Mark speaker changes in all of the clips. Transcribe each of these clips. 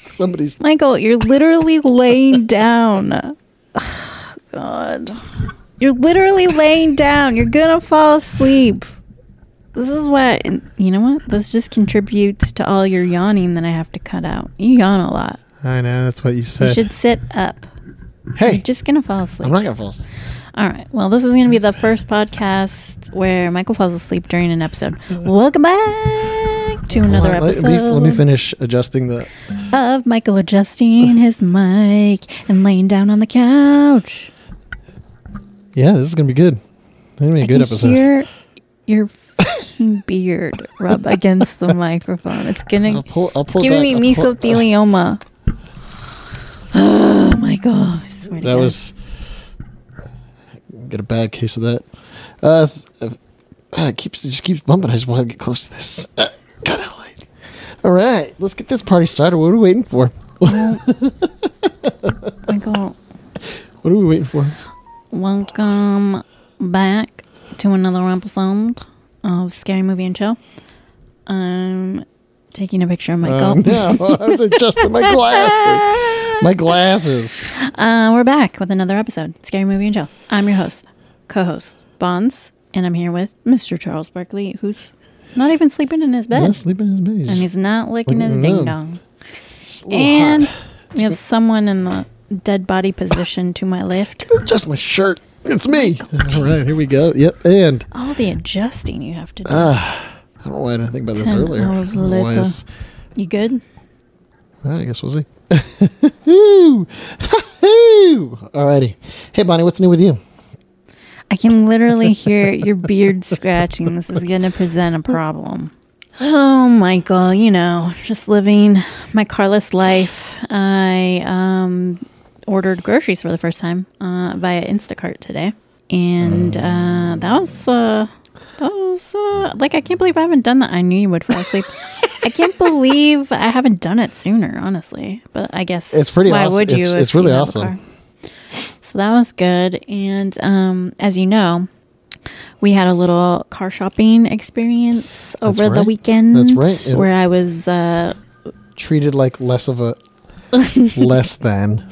Speaker 1: Somebody's
Speaker 2: Michael, you're literally laying down. Ugh, God. You're literally laying down. You're going to fall asleep. This is what, and you know what? This just contributes to all your yawning that I have to cut out. You yawn a lot.
Speaker 1: I know that's what you
Speaker 2: You
Speaker 1: said.
Speaker 2: should sit up.
Speaker 1: hey,
Speaker 2: You're just going to fall asleep.
Speaker 1: I'm not gonna fall asleep.
Speaker 2: All right. Well, this is going to be the first podcast where Michael falls asleep during an episode. Welcome back to another
Speaker 1: Hold on, let-
Speaker 2: episode.
Speaker 1: let me- let me finish adjusting the.
Speaker 2: of Michael adjusting his mic and laying down on the couch.
Speaker 1: Yeah, this is gonna be good. It's gonna be a
Speaker 2: I
Speaker 1: good
Speaker 2: can
Speaker 1: episode.
Speaker 2: hear your fucking beard rub against the microphone. It's gonna
Speaker 1: I'll pull, I'll
Speaker 2: it's
Speaker 1: pull
Speaker 2: giving
Speaker 1: back-
Speaker 2: me
Speaker 1: I'll pull-
Speaker 2: mesothelioma. Oh my god! I swear to
Speaker 1: That
Speaker 2: God.
Speaker 1: was got a bad case of that. Uh, s- uh, uh, it keeps it just keeps bumping. I just want to get close to this. Uh, got out late. All right, let's get this party started. What are we waiting for?
Speaker 2: Michael.
Speaker 1: What are we waiting for?
Speaker 2: Welcome back to another episode of Scary Movie and Chill. I'm taking a picture of
Speaker 1: Oh,
Speaker 2: Michael.
Speaker 1: no, I was adjusting my glasses. My glasses.
Speaker 2: Uh, we're back with another episode, Scary Movie and Chill. I'm your host, co-host Bonds, and I'm here with Mr. Charles Barkley, who's not even sleeping in his
Speaker 1: He's
Speaker 2: bed,
Speaker 1: not sleeping in his bed. He's
Speaker 2: and
Speaker 1: just-
Speaker 2: he's not licking his
Speaker 1: No.
Speaker 2: ding dong.
Speaker 1: it's a little hot.
Speaker 2: And we have someone in the dead body position to my left.
Speaker 1: Just my shirt. It's me. All right, here we go. Yep, and ah,
Speaker 2: All the adjusting you have to do.
Speaker 1: Uh. I don't know why I didn't think about this
Speaker 2: Ten
Speaker 1: earlier.
Speaker 2: hours
Speaker 1: I don't know why
Speaker 2: later.
Speaker 1: this-
Speaker 2: you good?
Speaker 1: Well, Ah, I guess we'll see. Woo! Hoo-hoo! Alrighty. Hey, Bonnie, what's new with you?
Speaker 2: I can literally hear your beard scratching. This is going to present a problem. Oh, Michael, you know, just living my carless life. I um, ordered groceries for the first time uh, via Instacart today. And uh, that was, uh, that was uh, like, I can't believe I haven't done that. I knew you would fall asleep. I can't believe I haven't done it sooner, honestly. But I guess
Speaker 1: It's pretty
Speaker 2: why
Speaker 1: awes-
Speaker 2: would you?
Speaker 1: it's-
Speaker 2: if
Speaker 1: it's really
Speaker 2: you have a
Speaker 1: awesome.
Speaker 2: car? So that was good. And um, as you know, we had a little car shopping experience over the
Speaker 1: right.
Speaker 2: weekend.
Speaker 1: That's right. It-
Speaker 2: Where I was uh,
Speaker 1: Treated like less of a less than.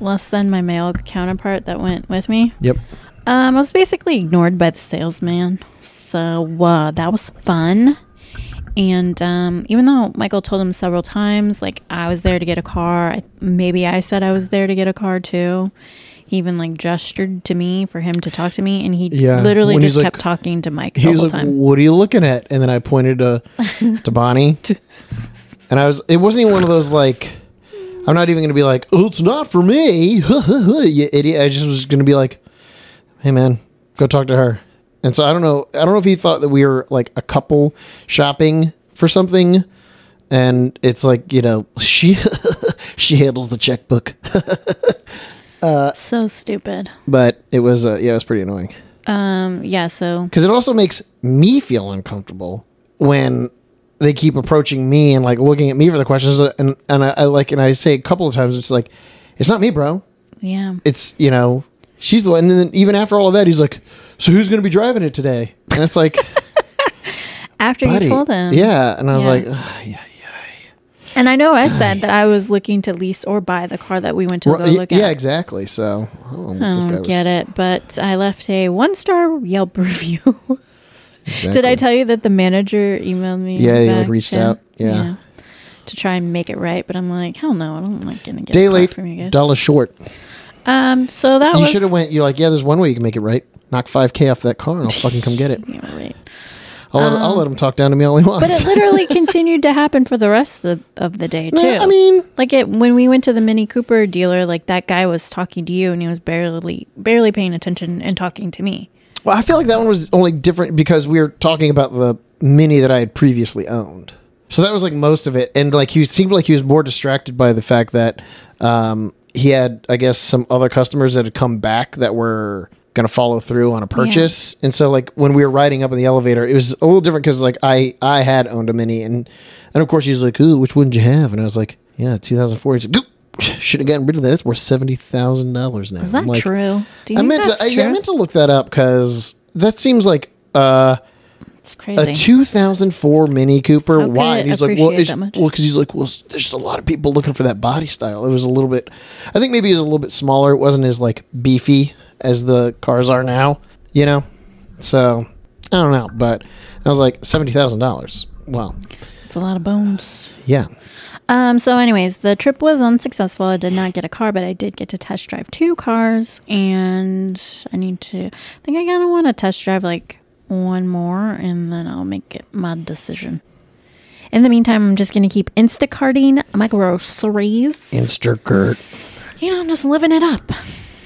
Speaker 2: less than my male counterpart that went with me.
Speaker 1: Yep.
Speaker 2: Um, I was basically ignored by the salesman. So uh, that was fun. And um, even though Michael told him several times, like I was there to get a car, I- maybe I said I was there to get a car too. He even like gestured to me for him to talk to me, and he
Speaker 1: Yeah,
Speaker 2: literally
Speaker 1: when
Speaker 2: just
Speaker 1: he's
Speaker 2: kept
Speaker 1: like-
Speaker 2: talking to Mike the
Speaker 1: He was
Speaker 2: whole
Speaker 1: like,
Speaker 2: time.
Speaker 1: "What are you looking at?" And then I pointed to to Bonnie, and I was. It wasn't even one of those like. I'm not even gonna be like, "Oh, it's not for me," you idiot. I just was gonna be like, "Hey, man, go talk to her." And so I don't know. I don't know if he thought that we were like a couple shopping for something, and it's like you know she she handles the checkbook,
Speaker 2: so stupid.
Speaker 1: but it was uh, yeah, it was pretty annoying.
Speaker 2: Um, yeah, so
Speaker 1: because it also makes me feel uncomfortable when they keep approaching me and like looking at me for the questions and and I, I like and I say a couple of times it's like it's not me bro
Speaker 2: yeah.
Speaker 1: it's you know she's the one and then even after all of that he's like so who's gonna be driving it today and it's like
Speaker 2: After
Speaker 1: buddy,
Speaker 2: you told him.
Speaker 1: yeah and I was
Speaker 2: Yeah.
Speaker 1: like "Ugh, yeah
Speaker 2: And I know I said that I was looking to lease or buy the car that we went to
Speaker 1: Well,
Speaker 2: go
Speaker 1: y-
Speaker 2: look
Speaker 1: yeah
Speaker 2: at.
Speaker 1: exactly so I don't know
Speaker 2: I
Speaker 1: what this guy
Speaker 2: don't
Speaker 1: was-
Speaker 2: Oh, get it, but I left a one star Yelp review. Did I
Speaker 1: exactly.
Speaker 2: tell you that the manager emailed me?
Speaker 1: Yeah, he, like,
Speaker 2: back?
Speaker 1: reached out. Yeah.
Speaker 2: To try and make it right, but I'm like, hell no, I'm not gonna get
Speaker 1: day
Speaker 2: a car
Speaker 1: late
Speaker 2: from you guys.
Speaker 1: dollar short
Speaker 2: Um, so that
Speaker 1: you
Speaker 2: was
Speaker 1: should have went you're like yeah there's one way you can make it right knock 5k off that car and I'll fucking come get it
Speaker 2: You were right.
Speaker 1: I'll, let, I'll let him talk down to me all he wants
Speaker 2: But it literally continued to happen for the rest of the, of the day too.
Speaker 1: No, I mean,
Speaker 2: Like it when we went to the Mini Cooper dealer, like that guy was talking to you and he was barely barely paying attention and talking to me.
Speaker 1: well, I feel like that one was only different because we were talking about the mini that I had previously owned. So that was like most of it, and like he seemed like he was more distracted by the fact that um, he had, I guess, some other customers that had come back that were going to follow through on a purchase. And so, like when we were riding up in the elevator, it was a little different because like I I had owned a mini, and and of course he's like, "Ooh, which one did you have?" And I was like, "Yeah, 2004." He's like, "Goop, "Should have gotten rid of that. That's worth seventy thousand dollars now."
Speaker 2: Is that
Speaker 1: I'm like,
Speaker 2: true? Do
Speaker 1: I
Speaker 2: you think
Speaker 1: meant to,
Speaker 2: that's
Speaker 1: I,
Speaker 2: true?
Speaker 1: I meant to look that up because that seems like uh,
Speaker 2: It's
Speaker 1: a
Speaker 2: crazy.
Speaker 1: 2004 Mini Cooper.
Speaker 2: How could
Speaker 1: Why?
Speaker 2: it
Speaker 1: And he's like, well,
Speaker 2: appreciate
Speaker 1: it's,
Speaker 2: that much?
Speaker 1: well, because he's like, well, s- there's just a lot of people looking for that body style. It was a little bit, I think maybe it was a little bit smaller. It wasn't as like beefy as the cars are now, you know. So I don't know, but I was like seventy thousand dollars. Wow,
Speaker 2: it's a lot of bones.
Speaker 1: yeah,
Speaker 2: Um, so, anyways, the trip was unsuccessful. I did not get a car, but I did get to test drive two cars, and I need to. I think I kind of want to test drive like one more, and then I'll make it my decision. In the meantime, I'm just gonna keep Instacarting my groceries.
Speaker 1: Instacart,
Speaker 2: You know, I'm just living it up.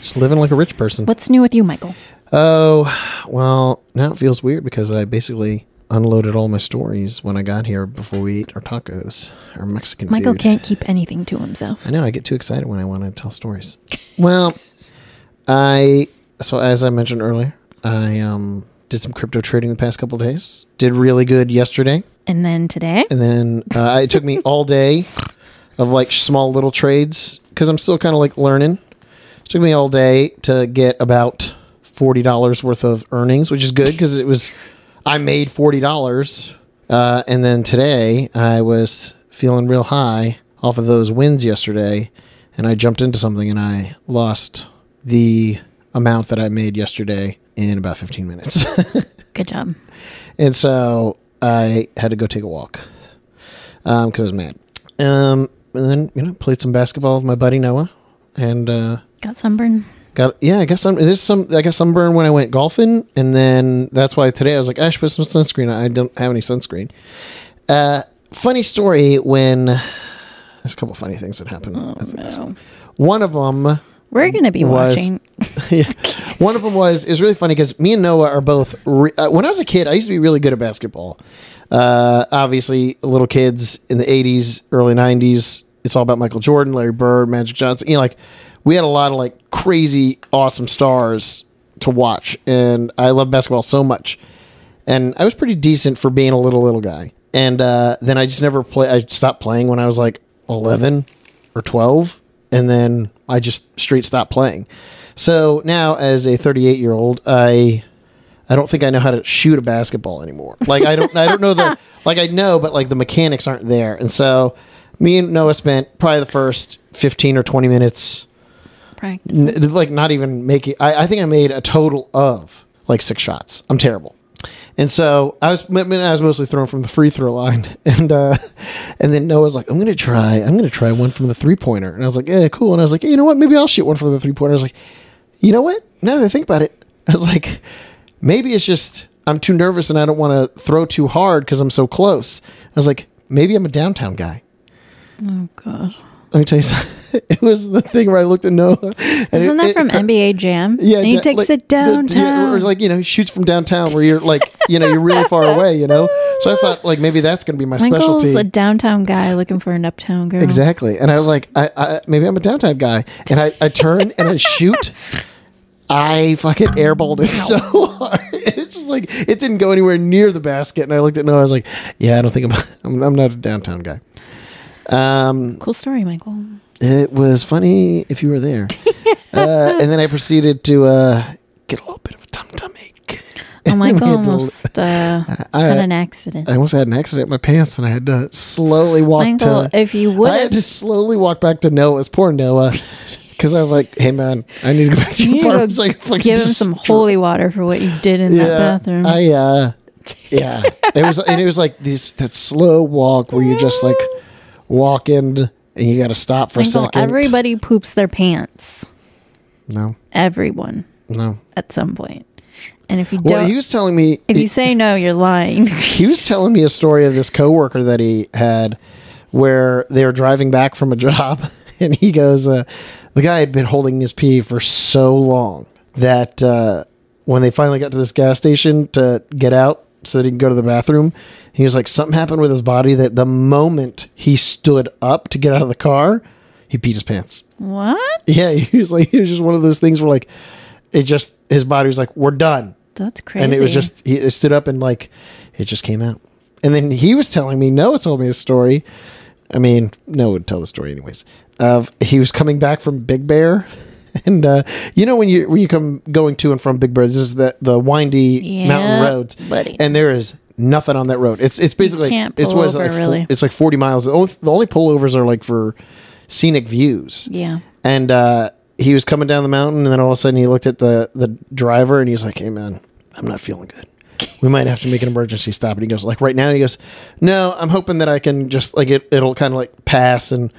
Speaker 1: just living like a rich person.
Speaker 2: What's new with you, Michael?
Speaker 1: Oh, well, now it feels weird because I basically unloaded all my stories when I got here before we ate our tacos or Mexican
Speaker 2: Michael
Speaker 1: food.
Speaker 2: can't keep anything to himself.
Speaker 1: I know I get too excited when I want to tell stories. Well, I so as I mentioned earlier, I um did some crypto trading the past couple days. Did really good yesterday,
Speaker 2: And then today,
Speaker 1: and then uh, it took me all day of like small little trades because I'm still kind of like learning. It took me all day to get about forty dollars worth of earnings, which is good because it was I made forty dollars, uh, and then today I was feeling real high off of those wins yesterday, and I jumped into something and I lost the amount that I made yesterday in about fifteen minutes.
Speaker 2: good job.
Speaker 1: And so I had to go take a walk because I was mad. Um, and then you know played some basketball with my buddy Noah, and uh,
Speaker 2: Got sunburn.
Speaker 1: got yeah. I guess some there's some I got sunburn when I went golfing, and then that's why today I was like, "Ah, I should put some sunscreen. on." I don't have any sunscreen. Uh, funny story when there's a couple funny things that happened.
Speaker 2: Oh,
Speaker 1: at the basketball.
Speaker 2: no.
Speaker 1: One of them
Speaker 2: We're gonna be
Speaker 1: Was-
Speaker 2: watching.
Speaker 1: yeah. One of them was it was really funny because me and Noah are both. Re- uh, when I was a kid, I used to be really good at basketball. Uh, obviously, little kids in the '80s, early '90s, it's all about Michael Jordan, Larry Bird, Magic Johnson. You know, like we had a lot of like crazy, awesome stars to watch, and I love basketball so much. And I was pretty decent for being a little little guy. And uh, then I just never play. I stopped playing when I was like 11 or 12 and then i just straight stopped playing so now as a 38 year old i i don't think i know how to shoot a basketball anymore like i don't i don't know the like i know but like the mechanics aren't there and so me and noah spent probably the first 15 or 20 minutes
Speaker 2: Practice.
Speaker 1: n- like not even making I, I think i made a total of like six shots i'm terrible and so i was I mean, i was mostly thrown from the free throw line and uh and then noah's like i'm gonna try i'm gonna try one from the three pointer and i was like yeah cool and i was like hey, you know what maybe i'll shoot one from the three pointer i was like you know what now that i think about it i was like maybe it's just i'm too nervous and i don't want to throw too hard because i'm so close i was like maybe i'm a downtown guy
Speaker 2: Oh god.
Speaker 1: let me tell you something. it was the thing where i looked at noah and
Speaker 2: Isn't
Speaker 1: it-
Speaker 2: that
Speaker 1: it-
Speaker 2: from NBA Jam?
Speaker 1: yeah,
Speaker 2: and he
Speaker 1: da-
Speaker 2: takes
Speaker 1: like,
Speaker 2: it
Speaker 1: the- yeah,
Speaker 2: downtown.
Speaker 1: or like you know, shoots from downtown where you're like, you know, you're really far away. You know, so I thought like maybe that's gonna be my
Speaker 2: Michael's
Speaker 1: specialty.
Speaker 2: a downtown guy looking for an uptown girl.
Speaker 1: Exactly. And I was like, I, I maybe I'm a downtown guy. And I, I turn and I shoot. I fucking airballed it so hard. It's just like it didn't go anywhere near the basket. And I looked at Noah. I was like, Yeah, I don't think I'm. I'm, I'm not a downtown guy. Um,
Speaker 2: Cool story, Michael.
Speaker 1: it was funny if you were there. uh, and then I proceeded to uh, get a little bit of a tum tum ache.
Speaker 2: Oh, Michael
Speaker 1: We had to-
Speaker 2: almost uh,
Speaker 1: I-
Speaker 2: had an accident.
Speaker 1: I almost had an accident in my pants, and I had to slowly walk
Speaker 2: Michael,
Speaker 1: to.
Speaker 2: if you would
Speaker 1: uh, I had to
Speaker 2: have,
Speaker 1: slowly walk back to Noah's. Poor Noah, because I was like, "Hey man, I need to go back to
Speaker 2: you
Speaker 1: your
Speaker 2: need to
Speaker 1: apartment."
Speaker 2: go
Speaker 1: so I can fucking
Speaker 2: give him some
Speaker 1: destroy-
Speaker 2: holy water for what you did in that bathroom.
Speaker 1: I uh, yeah, it was and it was like this that slow walk where you just like walk in and you got to stop for a
Speaker 2: Michael,
Speaker 1: second.
Speaker 2: everybody poops their pants.
Speaker 1: no,
Speaker 2: Everyone
Speaker 1: no.
Speaker 2: at some point. And if you
Speaker 1: Well,
Speaker 2: don't,
Speaker 1: he was telling me
Speaker 2: if you say no, you're lying.
Speaker 1: he was telling me a story of this coworker that he had where they were driving back from a job and he goes uh, the guy had been holding his pee for so long that uh, when they finally got to this gas station to get out so that he could go to the bathroom he was like something happened with his body that the moment he stood up to get out of the car he peed his pants
Speaker 2: what?
Speaker 1: yeah he was like it was just one of those things where like it just his body was like we're done
Speaker 2: That's crazy.
Speaker 1: and it was just he it stood up and like it just came out. And then he was telling me Noah told me a story. I mean, Noah would tell the story anyways. Of he was coming back from Big Bear, and uh, you know when you when you come going to and from Big Bear, this is that the windy
Speaker 2: Yeah,
Speaker 1: mountain roads,
Speaker 2: buddy.
Speaker 1: and there is nothing on that road. It's it's basically
Speaker 2: can't
Speaker 1: it's
Speaker 2: pull
Speaker 1: what is it,
Speaker 2: over,
Speaker 1: like fo-
Speaker 2: really.
Speaker 1: it's like forty miles. The only, the only pullovers are like for scenic views.
Speaker 2: Yeah.
Speaker 1: And uh, he was coming down the mountain, and then all of a sudden he looked at the the driver, and he's like, "Hey man, I'm not feeling good. We might have to make an emergency stop." And he goes, "Like right now?" And he goes, "No, I'm hoping that I can just like it. It'll kind of like pass, and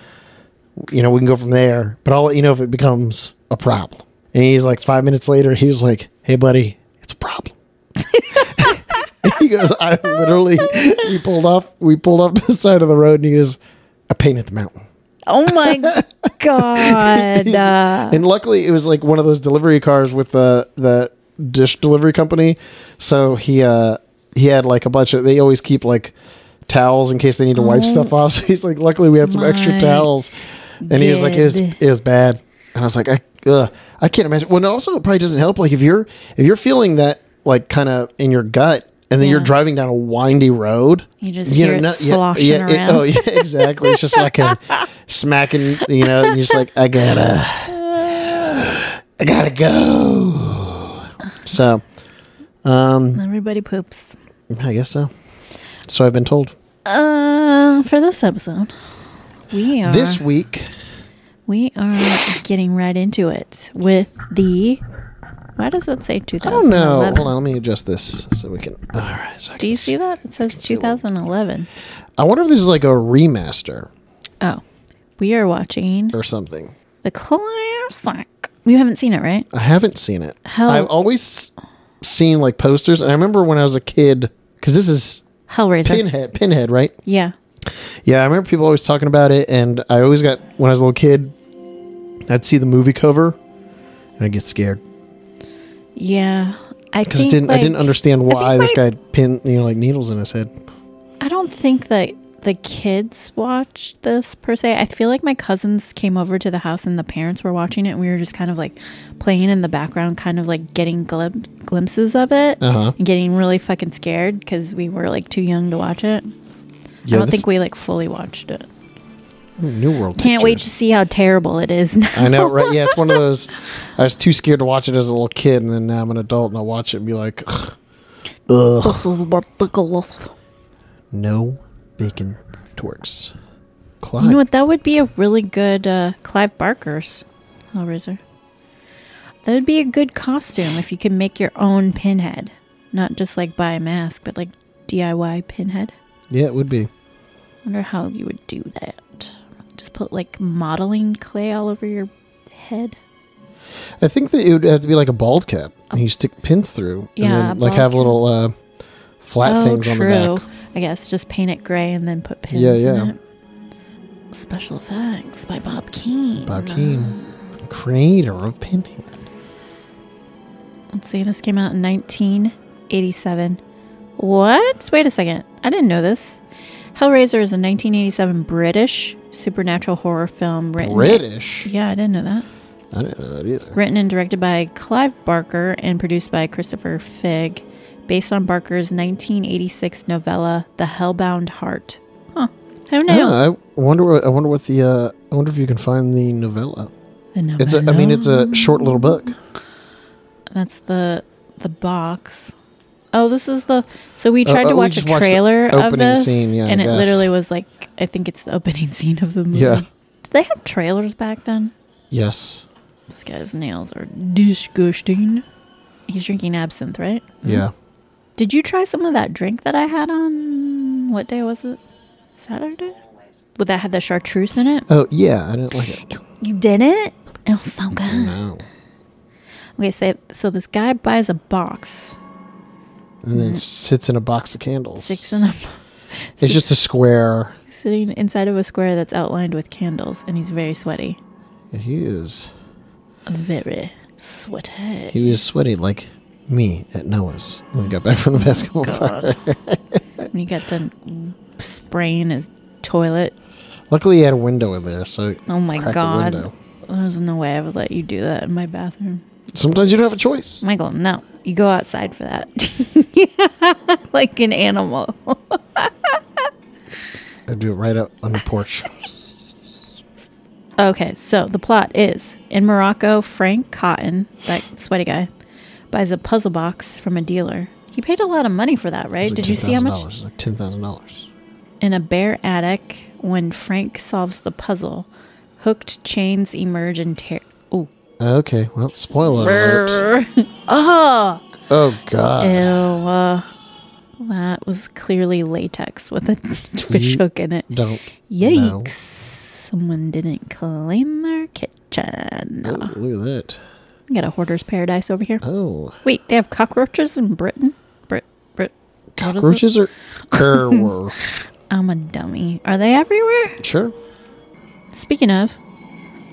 Speaker 1: you know we can go from there. But I'll let you know if it becomes a problem." And he's like, five minutes later, he was like, "Hey buddy, it's a problem." he goes, "I literally we pulled off we pulled off to the side of the road, and he goes, I painted the mountain."
Speaker 2: Oh my god. Uh,
Speaker 1: and luckily it was like one of those delivery cars with the the dish delivery company so he uh he had like a bunch of they always keep like towels in case they need to wipe stuff off so he's like luckily we had some extra
Speaker 2: Oh. my
Speaker 1: towels and he was like it was,
Speaker 2: good.
Speaker 1: it was bad and i was like i ugh, i can't imagine well and also it probably doesn't help like if you're if you're feeling that like kind of in your gut and then you're
Speaker 2: Yeah.
Speaker 1: driving down a windy road.
Speaker 2: You just hear it sloshing
Speaker 1: it- oh,
Speaker 2: around.
Speaker 1: yeah, exactly. It's just like a smacking, you know, you're just like, I gotta, I gotta go. So, um,
Speaker 2: everybody poops.
Speaker 1: I guess so. So I've been told.
Speaker 2: Uh, for this episode, we are
Speaker 1: This week,
Speaker 2: we are getting right into it with the. Why does that say
Speaker 1: I don't
Speaker 2: 2011?
Speaker 1: know. Hold on, let me adjust this so we can. All right. So I
Speaker 2: Do
Speaker 1: can
Speaker 2: you
Speaker 1: s-
Speaker 2: see that? It says
Speaker 1: see a little-
Speaker 2: 2011.
Speaker 1: I wonder if this is like a remaster
Speaker 2: Oh, we are watching
Speaker 1: or something.
Speaker 2: the classic. You haven't seen it, right?
Speaker 1: I haven't seen it.
Speaker 2: How-
Speaker 1: I've always seen like posters, and I remember when I was a kid because this is
Speaker 2: Hellraiser.
Speaker 1: Pinhead. Pinhead, right?
Speaker 2: Yeah.
Speaker 1: Yeah, I remember people always talking about it, and I always got when I was a little kid, I'd see the movie cover, and I'd get scared
Speaker 2: Yeah. I
Speaker 1: because
Speaker 2: think
Speaker 1: didn't I didn't
Speaker 2: like,
Speaker 1: understand
Speaker 2: think
Speaker 1: why this
Speaker 2: my-
Speaker 1: guy had pin you know like needles in his head.
Speaker 2: I don't think that the kids watched this per se. I feel like my cousins came over to the house and the parents were watching it. And we were just kind of like playing in the background, kind of like getting glim- glimpses of it
Speaker 1: Uh huh.
Speaker 2: and getting really fucking scared because we were like too young to watch it.
Speaker 1: Yeah,
Speaker 2: I don't
Speaker 1: this-
Speaker 2: think we like fully watched it.
Speaker 1: New World.
Speaker 2: Can't wait to
Speaker 1: Pictures.
Speaker 2: see how terrible it is now.
Speaker 1: I know, right? Yeah, it's one of those. I was too scared to watch it as a little kid, and then now I'm an adult and I watch it and be like, ugh, ugh
Speaker 2: This is ridiculous.
Speaker 1: no bacon torques. Clive.
Speaker 2: You know what? That would be a really good uh, Clive Barker's Hellraiser. That would be a good costume if you could make your own pinhead. Not just like buy a mask, but like DIY pinhead.
Speaker 1: Yeah, it would be.
Speaker 2: wonder how you would do that. Just put like modeling clay all over your head.
Speaker 1: I think that it would have to be like a bald cap. And you stick pins through.
Speaker 2: Yeah, a
Speaker 1: And then, like
Speaker 2: bald
Speaker 1: have
Speaker 2: cap.
Speaker 1: little uh, flat
Speaker 2: oh,
Speaker 1: things on the
Speaker 2: true.
Speaker 1: back.
Speaker 2: I guess just paint it gray and then put pins
Speaker 1: Yeah,
Speaker 2: in
Speaker 1: yeah.
Speaker 2: it. Special effects by Bob Keane.
Speaker 1: Bob Keane,
Speaker 2: Mm.
Speaker 1: creator of Pinhead.
Speaker 2: Let's see, this came out in 1987. What? Wait a second. I didn't know this. Hellraiser is a 1987 British supernatural horror film written.
Speaker 1: British.
Speaker 2: Yeah, I didn't know that.
Speaker 1: I didn't know that either.
Speaker 2: Written and directed by Clive Barker and produced by Christopher Figg, based on Barker's 1986 novella, The Hellbound Heart. Huh. Who knew?
Speaker 1: Yeah, I wonder. What, I wonder what the. Uh, I wonder if you can find the novella.
Speaker 2: the novella.
Speaker 1: It's. A, I mean, it's a short little book.
Speaker 2: That's the the box. Oh, this is the. So we
Speaker 1: Oh,
Speaker 2: tried
Speaker 1: oh,
Speaker 2: to
Speaker 1: we
Speaker 2: watch a
Speaker 1: just watched the
Speaker 2: trailer of
Speaker 1: opening
Speaker 2: this,
Speaker 1: scene, yeah, I
Speaker 2: and it
Speaker 1: guess.
Speaker 2: literally was like I think it's the opening scene of the movie.
Speaker 1: Yeah.
Speaker 2: Did they have trailers back then?
Speaker 1: Yes.
Speaker 2: This guy's nails are disgusting. He's drinking absinthe, right? Hmm?
Speaker 1: Yeah.
Speaker 2: Did you try some of that drink that I had on? What day was it? Saturday. Well, that had the chartreuse in it.
Speaker 1: Oh yeah, I didn't like it.
Speaker 2: You didn't. It was so good.
Speaker 1: No.
Speaker 2: Okay, so so this guy buys a box,
Speaker 1: And then sits in a box of candles.
Speaker 2: Mm. six and a.
Speaker 1: It's just a square.
Speaker 2: sitting inside of a square that's outlined with candles, and he's very sweaty.
Speaker 1: He is.
Speaker 2: Very sweaty.
Speaker 1: He was sweaty like me at Noah's when we got back from the basketball
Speaker 2: God.
Speaker 1: party.
Speaker 2: when he got done spraying his toilet,
Speaker 1: Luckily, he had a window in there, so he
Speaker 2: oh my
Speaker 1: cracked
Speaker 2: god,
Speaker 1: The window.
Speaker 2: there's no way I would let you do that in my bathroom,
Speaker 1: Sometimes you don't have a choice.
Speaker 2: Michael. No, you go outside for that, like an animal.
Speaker 1: I do it right out on the porch.
Speaker 2: Okay, so the plot is in Morocco, Frank Cotton, that sweaty guy, buys a puzzle box from a dealer. He paid a lot of money for that, right?
Speaker 1: It was like
Speaker 2: Did you see how
Speaker 1: $10,000. It
Speaker 2: much?
Speaker 1: was Like ten thousand dollars.
Speaker 2: In a bare attic, when Frank solves the puzzle, hooked chains emerge and tear. Ooh.
Speaker 1: Uh, Okay, well, spoiler alert.
Speaker 2: oh,
Speaker 1: Oh god.
Speaker 2: ew. uh, that was clearly latex with a fish
Speaker 1: You-
Speaker 2: hook in it.
Speaker 1: Don't.
Speaker 2: Yikes.
Speaker 1: know.
Speaker 2: Someone didn't clean their kitchen.
Speaker 1: Oh, look at that.
Speaker 2: We got a hoarder's paradise over here.
Speaker 1: Oh,
Speaker 2: Wait, they have cockroaches in Britain? Brit, Brit. what is
Speaker 1: cockroaches
Speaker 2: it?
Speaker 1: are error.
Speaker 2: I'm a dummy. Are they everywhere?
Speaker 1: sure.
Speaker 2: Speaking of,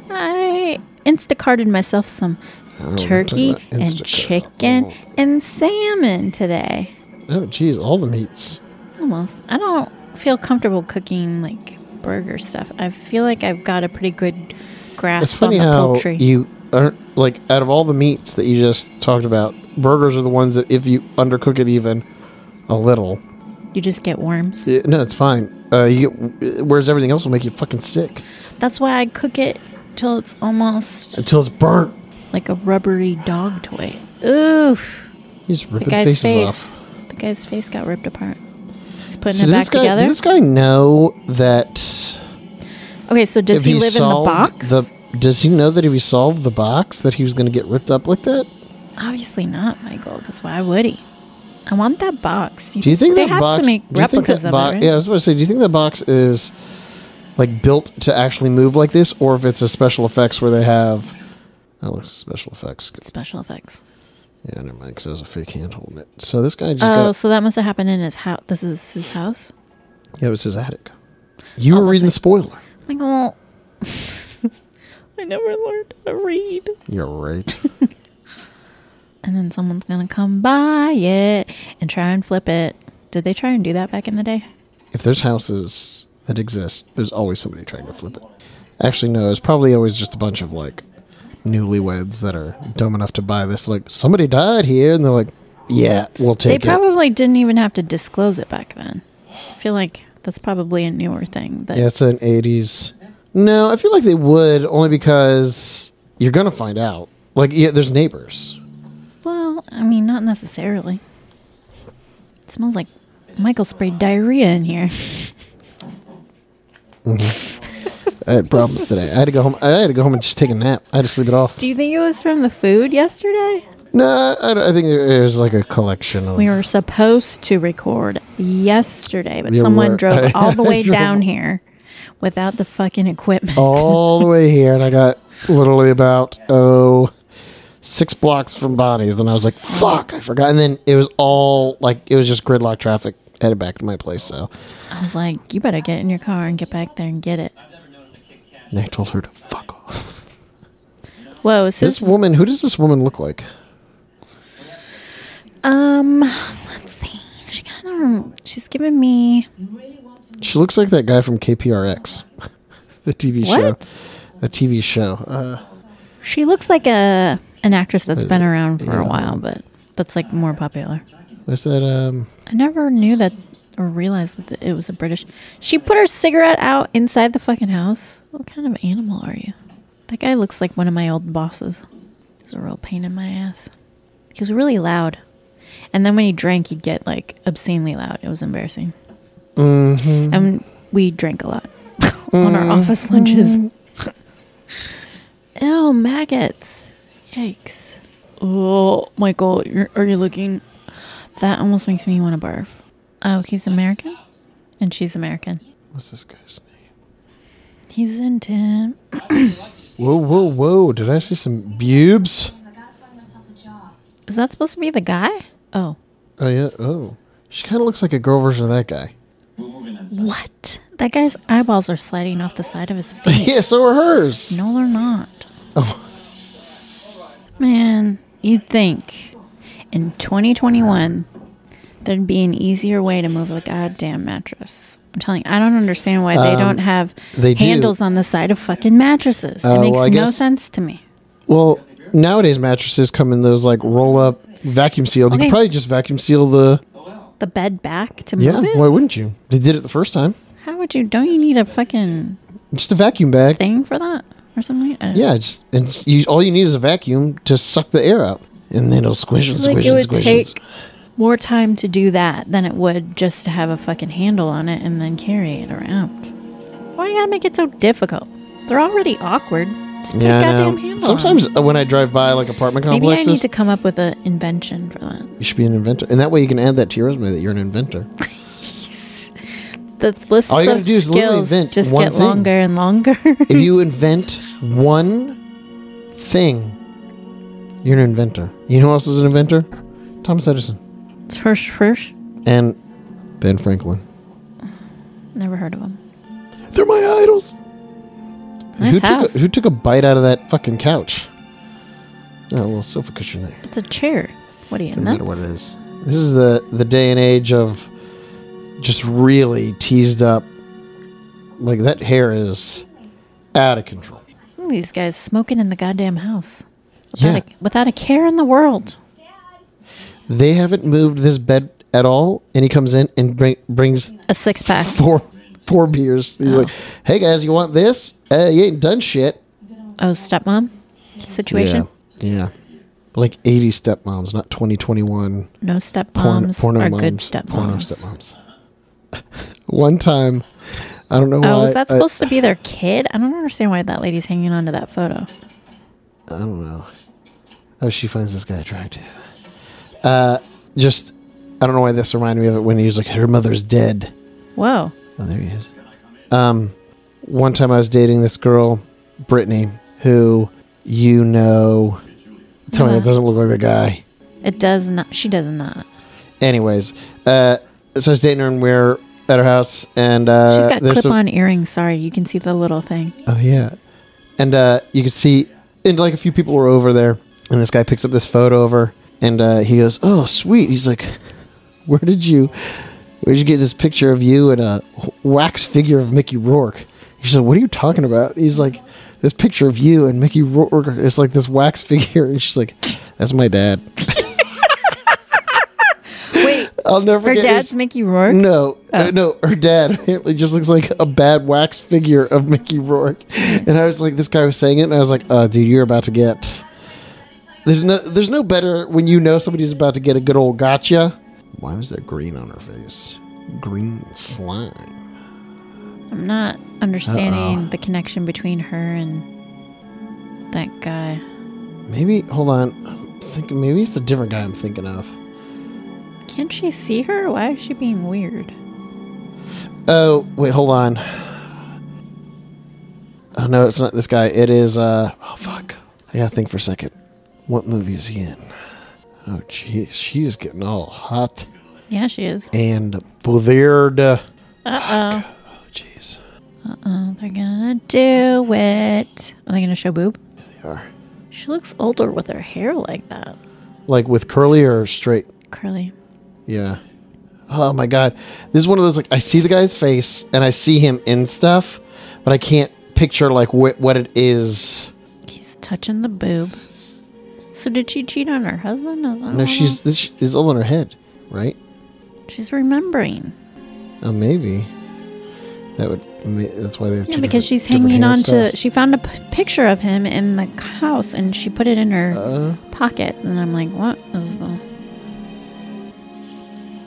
Speaker 2: I Instacarted myself some
Speaker 1: don't
Speaker 2: turkey
Speaker 1: talk Oh, about
Speaker 2: and
Speaker 1: Instacart.
Speaker 2: chicken and salmon today.
Speaker 1: Oh, geez, all the meats.
Speaker 2: Almost. I don't feel comfortable cooking like burger stuff. I feel like I've got a pretty good grasp
Speaker 1: It's funny
Speaker 2: on the
Speaker 1: how
Speaker 2: poultry.
Speaker 1: you are like out of all the meats that you just talked about, burgers are the ones that if you undercook it even a little,
Speaker 2: you just get worms.
Speaker 1: Yeah, no, it's fine. Uh, you get, whereas everything else will make you fucking sick
Speaker 2: That's why I cook it till it's almost
Speaker 1: until it's burnt.
Speaker 2: like a rubbery dog toy. Oof.
Speaker 1: He's ripping
Speaker 2: The guy's
Speaker 1: faces
Speaker 2: face.
Speaker 1: off.
Speaker 2: The guy's face got ripped apart. He's putting
Speaker 1: So
Speaker 2: it
Speaker 1: did
Speaker 2: back
Speaker 1: this guy,
Speaker 2: together.
Speaker 1: did this guy know that
Speaker 2: okay, so does
Speaker 1: if
Speaker 2: he, live in the
Speaker 1: solved
Speaker 2: box?
Speaker 1: the- does he know that if he solved the box that he was going to get ripped up like that?
Speaker 2: Obviously not, Michael, because why would he? I want that box.
Speaker 1: Do you think
Speaker 2: they
Speaker 1: that
Speaker 2: have
Speaker 1: box?
Speaker 2: to make
Speaker 1: do you think
Speaker 2: replicas
Speaker 1: that
Speaker 2: of
Speaker 1: box?
Speaker 2: it? Right?
Speaker 1: Yeah, I was about to say. Do you think the box is like built to actually move like this, or if it's a special effects where they have? That looks special effects.
Speaker 2: Special effects.
Speaker 1: Yeah, never mind. Because there's a fake hand holding it. So this guy just
Speaker 2: Oh,
Speaker 1: got.
Speaker 2: so that must have happened in his house. This is his house.
Speaker 1: Yeah, it was his attic. You
Speaker 2: Oh,
Speaker 1: were
Speaker 2: that's
Speaker 1: reading the
Speaker 2: right.
Speaker 1: spoiler.
Speaker 2: Michael, I never learned how to read.
Speaker 1: You're right.
Speaker 2: and then someone's gonna come buy it and try and flip it. Did they try and do that back in the day?
Speaker 1: if there's houses that exist, there's always somebody trying to flip it. Actually, no, it's probably always just a bunch of like newlyweds that are dumb enough to buy this. Like somebody died here, and they're like, "Yeah, we'll
Speaker 2: They
Speaker 1: take it."
Speaker 2: probably didn't even have to disclose it back then. I feel like that's probably a newer thing. That
Speaker 1: Yeah, it's an 80s. No, I feel like they would only because you're going to find out. Like, yeah, there's neighbors.
Speaker 2: well, I mean, not necessarily. It smells like Michael sprayed diarrhea in here.
Speaker 1: I had problems today. I had to go home. I had to go home and just take a nap. I had to sleep it off.
Speaker 2: Do you think it was from the food yesterday?
Speaker 1: No, I, I think it was like a collection of.
Speaker 2: We were supposed to record yesterday, but
Speaker 1: You
Speaker 2: someone
Speaker 1: were-
Speaker 2: drove all the way
Speaker 1: I drove-
Speaker 2: down here without the fucking equipment.
Speaker 1: all the way here, and I got literally about oh six blocks from Bonnie's. And I was like, "Fuck, I forgot." And then it was all like it was just gridlock traffic headed back to my place. So
Speaker 2: I was like, you better get in your car and get back there and get it.
Speaker 1: and I told her to fuck off.
Speaker 2: Whoa, is
Speaker 1: This
Speaker 2: this
Speaker 1: woman, who does this woman look like?
Speaker 2: um let's see. She kind of she's giving me
Speaker 1: She looks like that guy from KPRX, the TV
Speaker 2: what?
Speaker 1: show. The TV show. Uh,
Speaker 2: She looks like a an actress that's been around for a
Speaker 1: yeah.
Speaker 2: while, but that's like more popular.
Speaker 1: is that um?
Speaker 2: I never knew that or realized that it was a British. She put her cigarette out inside the fucking house. What kind of animal are you? That guy looks like one of my old bosses. He's a real pain in my ass. He was really loud. And then when he drank, he'd get like obscenely loud. It was embarrassing. Mm-hmm. And we drank a lot on our office lunches. Ew, maggots. Yikes. Oh, Michael, you're, are you looking? That almost makes me want to barf. Oh, he's American? And she's American.
Speaker 1: What's this guy's name?
Speaker 2: He's into.
Speaker 1: Whoa, whoa, whoa! Did I see some bubes?
Speaker 2: Is that supposed to be the guy? Oh.
Speaker 1: Oh yeah. Oh, she kind of looks like a girl version of that guy.
Speaker 2: What? That guy's eyeballs are sliding off the side of his face.
Speaker 1: yeah, so are hers.
Speaker 2: No, they're not.
Speaker 1: Oh.
Speaker 2: Man, you'd think in 2021 there'd be an easier way to move a goddamn mattress. I'm telling you, I don't understand why they don't have
Speaker 1: Um, they do.
Speaker 2: handles on the side of fucking mattresses.
Speaker 1: Uh,
Speaker 2: it makes
Speaker 1: well, I
Speaker 2: no
Speaker 1: guess-
Speaker 2: sense to me.
Speaker 1: Well, nowadays mattresses come in those like roll up, vacuum sealed. You
Speaker 2: Okay.
Speaker 1: could probably just vacuum seal the.
Speaker 2: The bed back to
Speaker 1: Yeah,
Speaker 2: move it?
Speaker 1: why wouldn't you? They did it the first time.
Speaker 2: How would you? Don't you need a fucking
Speaker 1: Just a vacuum bag.
Speaker 2: thing for that or something? I don't
Speaker 1: Yeah, just and s- you, all you need is a vacuum to suck the air out, and then it'll squish and
Speaker 2: Like
Speaker 1: squish
Speaker 2: it
Speaker 1: and
Speaker 2: would
Speaker 1: squish. and
Speaker 2: take
Speaker 1: s-
Speaker 2: more time to do that than it would just to have a fucking handle on it and then carry it around. Why you gotta make it so difficult? They're already awkward. Just put a
Speaker 1: Yeah, I
Speaker 2: goddamn
Speaker 1: know.
Speaker 2: handle
Speaker 1: Sometimes
Speaker 2: on
Speaker 1: uh, when I drive by like apartment
Speaker 2: it. Maybe I
Speaker 1: complexes,
Speaker 2: need to come up with an invention for that.
Speaker 1: you should be an inventor, and that way you can add that to your resume that you're an inventor.
Speaker 2: The lists
Speaker 1: All you gotta
Speaker 2: of
Speaker 1: do is literally
Speaker 2: skills
Speaker 1: invent
Speaker 2: just
Speaker 1: one
Speaker 2: get
Speaker 1: thing.
Speaker 2: longer and longer.
Speaker 1: if you invent one thing, you're an inventor. You know who else is an inventor? Thomas Edison
Speaker 2: first, first.
Speaker 1: and Ben Franklin.
Speaker 2: Never heard of them.
Speaker 1: They're my idols.
Speaker 2: Nice
Speaker 1: who,
Speaker 2: house.
Speaker 1: Took a, who took a bite out of that fucking couch? Oh, a little sofa cushion there.
Speaker 2: it's a chair. What are you,
Speaker 1: No matter
Speaker 2: nuts?
Speaker 1: what it is. This is the the day and age of just really teased up. Like that hair is out of control.
Speaker 2: Look at These guys smoking in the goddamn house.
Speaker 1: Yeah,
Speaker 2: Without, a, without a care in the world.
Speaker 1: they haven't moved this bed at all, and he comes in and bring, brings
Speaker 2: A six pack.
Speaker 1: four four beers. He's like, "Hey guys, you want this? Uh, you ain't done shit."
Speaker 2: Oh, stepmom situation?
Speaker 1: Yeah, yeah. Like eighty stepmoms, not twenty twenty one.
Speaker 2: No stepmoms
Speaker 1: porn, porno
Speaker 2: are
Speaker 1: moms,
Speaker 2: good stepmoms.
Speaker 1: Porno stepmoms. One time, I don't know why.
Speaker 2: Oh, was that
Speaker 1: I-
Speaker 2: supposed to be their kid? I don't understand why that lady's hanging on to that photo.
Speaker 1: I don't know. Oh, she finds this guy attractive. Uh, just I don't know why this reminded me of it when he was like, her mother's dead.
Speaker 2: Whoa.
Speaker 1: Oh, there he is. Um, one time I was dating this girl, Brittany, who you know. Tell me that doesn't look like the guy.
Speaker 2: It does not. She does not.
Speaker 1: Anyways, uh, so I was dating her and we are at her house, and uh,
Speaker 2: She's got
Speaker 1: there's a-
Speaker 2: clip on earrings. Sorry, you can see the little thing.
Speaker 1: Oh yeah, and uh, you could see, and like a few people were over there, and this guy picks up this photo of her, and uh, he goes, "Oh sweet," he's like, "Where did you, where did you get this picture of you and a wax figure of Mickey Rourke?" She's like, "What are you talking about?" He's like, "This picture of you and Mickey Rourke is like this wax figure," and she's like, "That's my dad."
Speaker 2: Wait,
Speaker 1: I'll never
Speaker 2: her
Speaker 1: forget.
Speaker 2: dad's
Speaker 1: his-
Speaker 2: Mickey Rourke?
Speaker 1: No, uh, no, her dad apparently just looks like a bad wax figure of Mickey Rourke. And I was like, this guy was saying it, and I was like, oh, dude, you're about to get. There's no, there's no better when you know somebody's about to get a good old gotcha. Why was there green on her face? Green slime.
Speaker 2: I'm not understanding the connection between her and that guy.
Speaker 1: Maybe hold on. I'm thinking maybe it's a different guy I'm thinking of.
Speaker 2: Can't she see her? Why is she being weird?
Speaker 1: Oh wait, hold on. Oh no, it's not this guy. It is uh oh fuck. I gotta think for a second. What movie is he in? Oh jeez, she's getting all hot
Speaker 2: Yeah, she is.
Speaker 1: and bothered. Oh
Speaker 2: Uh oh.
Speaker 1: jeez.
Speaker 2: Oh, they're gonna do it. Are they gonna show boob?
Speaker 1: They are.
Speaker 2: She looks older with her hair like that.
Speaker 1: Like with curly or straight?
Speaker 2: Curly.
Speaker 1: Yeah. Oh my god. This is one of those like I see the guy's face and I see him in stuff, but I can't picture like wh- what it is.
Speaker 2: He's touching the boob. So did she cheat on her husband? I don't
Speaker 1: No,
Speaker 2: know.
Speaker 1: she's this is all in her head, right?
Speaker 2: she's remembering.
Speaker 1: Oh, maybe. That would. ma- That's why they have.
Speaker 2: Yeah,
Speaker 1: two different-
Speaker 2: because she's
Speaker 1: different
Speaker 2: hanging on to.
Speaker 1: hairstyles.
Speaker 2: She found a p- picture of him in the house, and she put it in her
Speaker 1: Uh.
Speaker 2: pocket. And I'm like, what is the?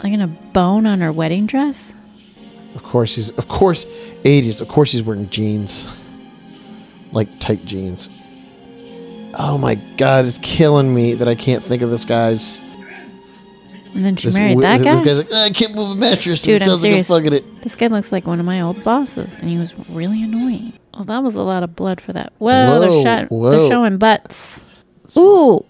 Speaker 2: Like in a bone on her wedding dress?
Speaker 1: Of course, he's. Of course, eighties. Of course, he's wearing jeans. Like tight jeans. Oh my god, it's killing me that I can't think of this guy's.
Speaker 2: And then she
Speaker 1: This,
Speaker 2: married
Speaker 1: wi-
Speaker 2: that guy.
Speaker 1: This guy's like, "Ah, I can't move a mattress.
Speaker 2: Dude,
Speaker 1: it
Speaker 2: I'm
Speaker 1: sounds like I'm
Speaker 2: serious.
Speaker 1: fucking it.
Speaker 2: This guy looks like one of my old bosses, and he was really annoying. Well, that was a lot of blood for that. Whoa,
Speaker 1: Whoa,
Speaker 2: they're, shot,
Speaker 1: whoa.
Speaker 2: they're showing butts. Ooh.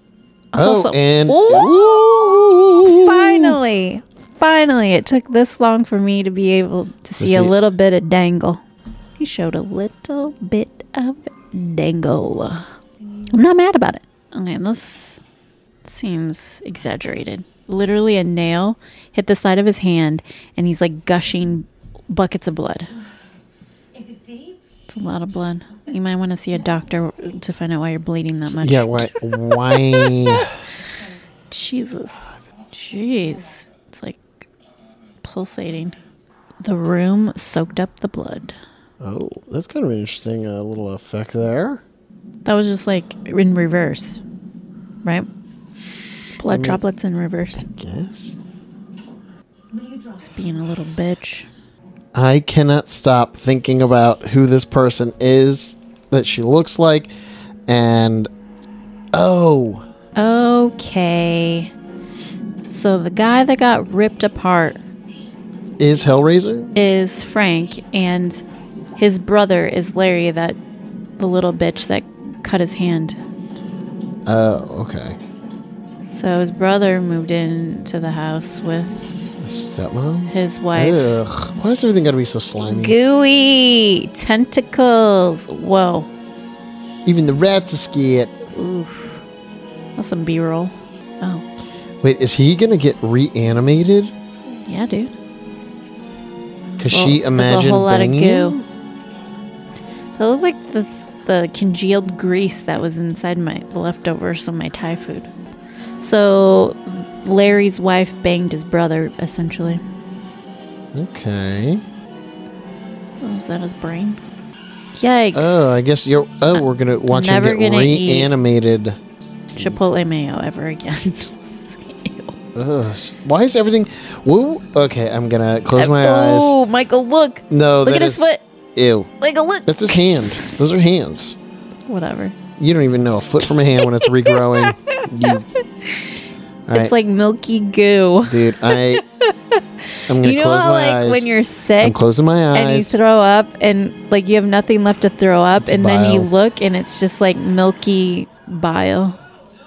Speaker 2: I saw
Speaker 1: Oh,
Speaker 2: some-
Speaker 1: and
Speaker 2: Ooh. finally, finally, it took this long for me to be able to see, a
Speaker 1: see.
Speaker 2: little bit of dangle. He showed a little bit of dangle. I'm not mad about it. Okay, this seems exaggerated. Literally, a nail hit the side of his hand, and he's like gushing buckets of blood.
Speaker 3: Is it deep?
Speaker 2: It's a lot of blood. You might want to see a doctor to find out why you're bleeding that much.
Speaker 1: yeah. Why? Why?
Speaker 2: Jesus. Jeez. It's like pulsating. The room soaked up the blood.
Speaker 1: oh, that's kind of an interesting uh, little effect there.
Speaker 2: That was just like in reverse, right? Blood droplets in reverse.
Speaker 1: Yes.
Speaker 2: Just being a little bitch.
Speaker 1: I cannot stop thinking about who this person is that she looks like and oh
Speaker 2: Okay. So the guy that got ripped apart
Speaker 1: is Hellraiser?
Speaker 2: is Frank, and his brother is Larry, that the little bitch that cut his hand.
Speaker 1: Oh, okay.
Speaker 2: So his brother moved into the house with
Speaker 1: Stepmom?
Speaker 2: his wife.
Speaker 1: Ugh. Why is everything gotta be so slimy?
Speaker 2: Gooey tentacles. Whoa,
Speaker 1: Even the rats are scared.
Speaker 2: that's some B-roll. Oh,
Speaker 1: Wait, is he gonna get reanimated?
Speaker 2: yeah, dude.
Speaker 1: Because
Speaker 2: Well,
Speaker 1: she
Speaker 2: there's a
Speaker 1: imagined
Speaker 2: whole lot of
Speaker 1: banging him?
Speaker 2: goo. They look like the the congealed grease that was inside my the leftovers of my Thai food. So Larry's wife banged his brother essentially.
Speaker 1: Okay.
Speaker 2: Oh, is that his brain? Yikes!
Speaker 1: Oh, I guess you're. Oh, we're gonna watch him
Speaker 2: never
Speaker 1: get
Speaker 2: gonna eat-
Speaker 1: reanimated.
Speaker 2: Chipotle mayo ever again.
Speaker 1: Ugh. Why is everything? Woo. Okay, I'm gonna close my eyes.
Speaker 2: oh, Michael, look!
Speaker 1: No,
Speaker 2: look
Speaker 1: that
Speaker 2: at his
Speaker 1: is-
Speaker 2: foot.
Speaker 1: Ew.
Speaker 2: Michael, look.
Speaker 1: That's his hand. Those are hands.
Speaker 2: Whatever.
Speaker 1: You don't even know a foot from a hand when it's regrowing. You. All right,
Speaker 2: It's like milky goo.
Speaker 1: dude. I. I'm gonna
Speaker 2: You know
Speaker 1: close
Speaker 2: how
Speaker 1: my
Speaker 2: like
Speaker 1: eyes.
Speaker 2: when you're
Speaker 1: I'm
Speaker 2: sick
Speaker 1: closing my eyes.
Speaker 2: and you throw up and like you have nothing left to throw up and then you
Speaker 1: bile.
Speaker 2: look and it's just like milky bile.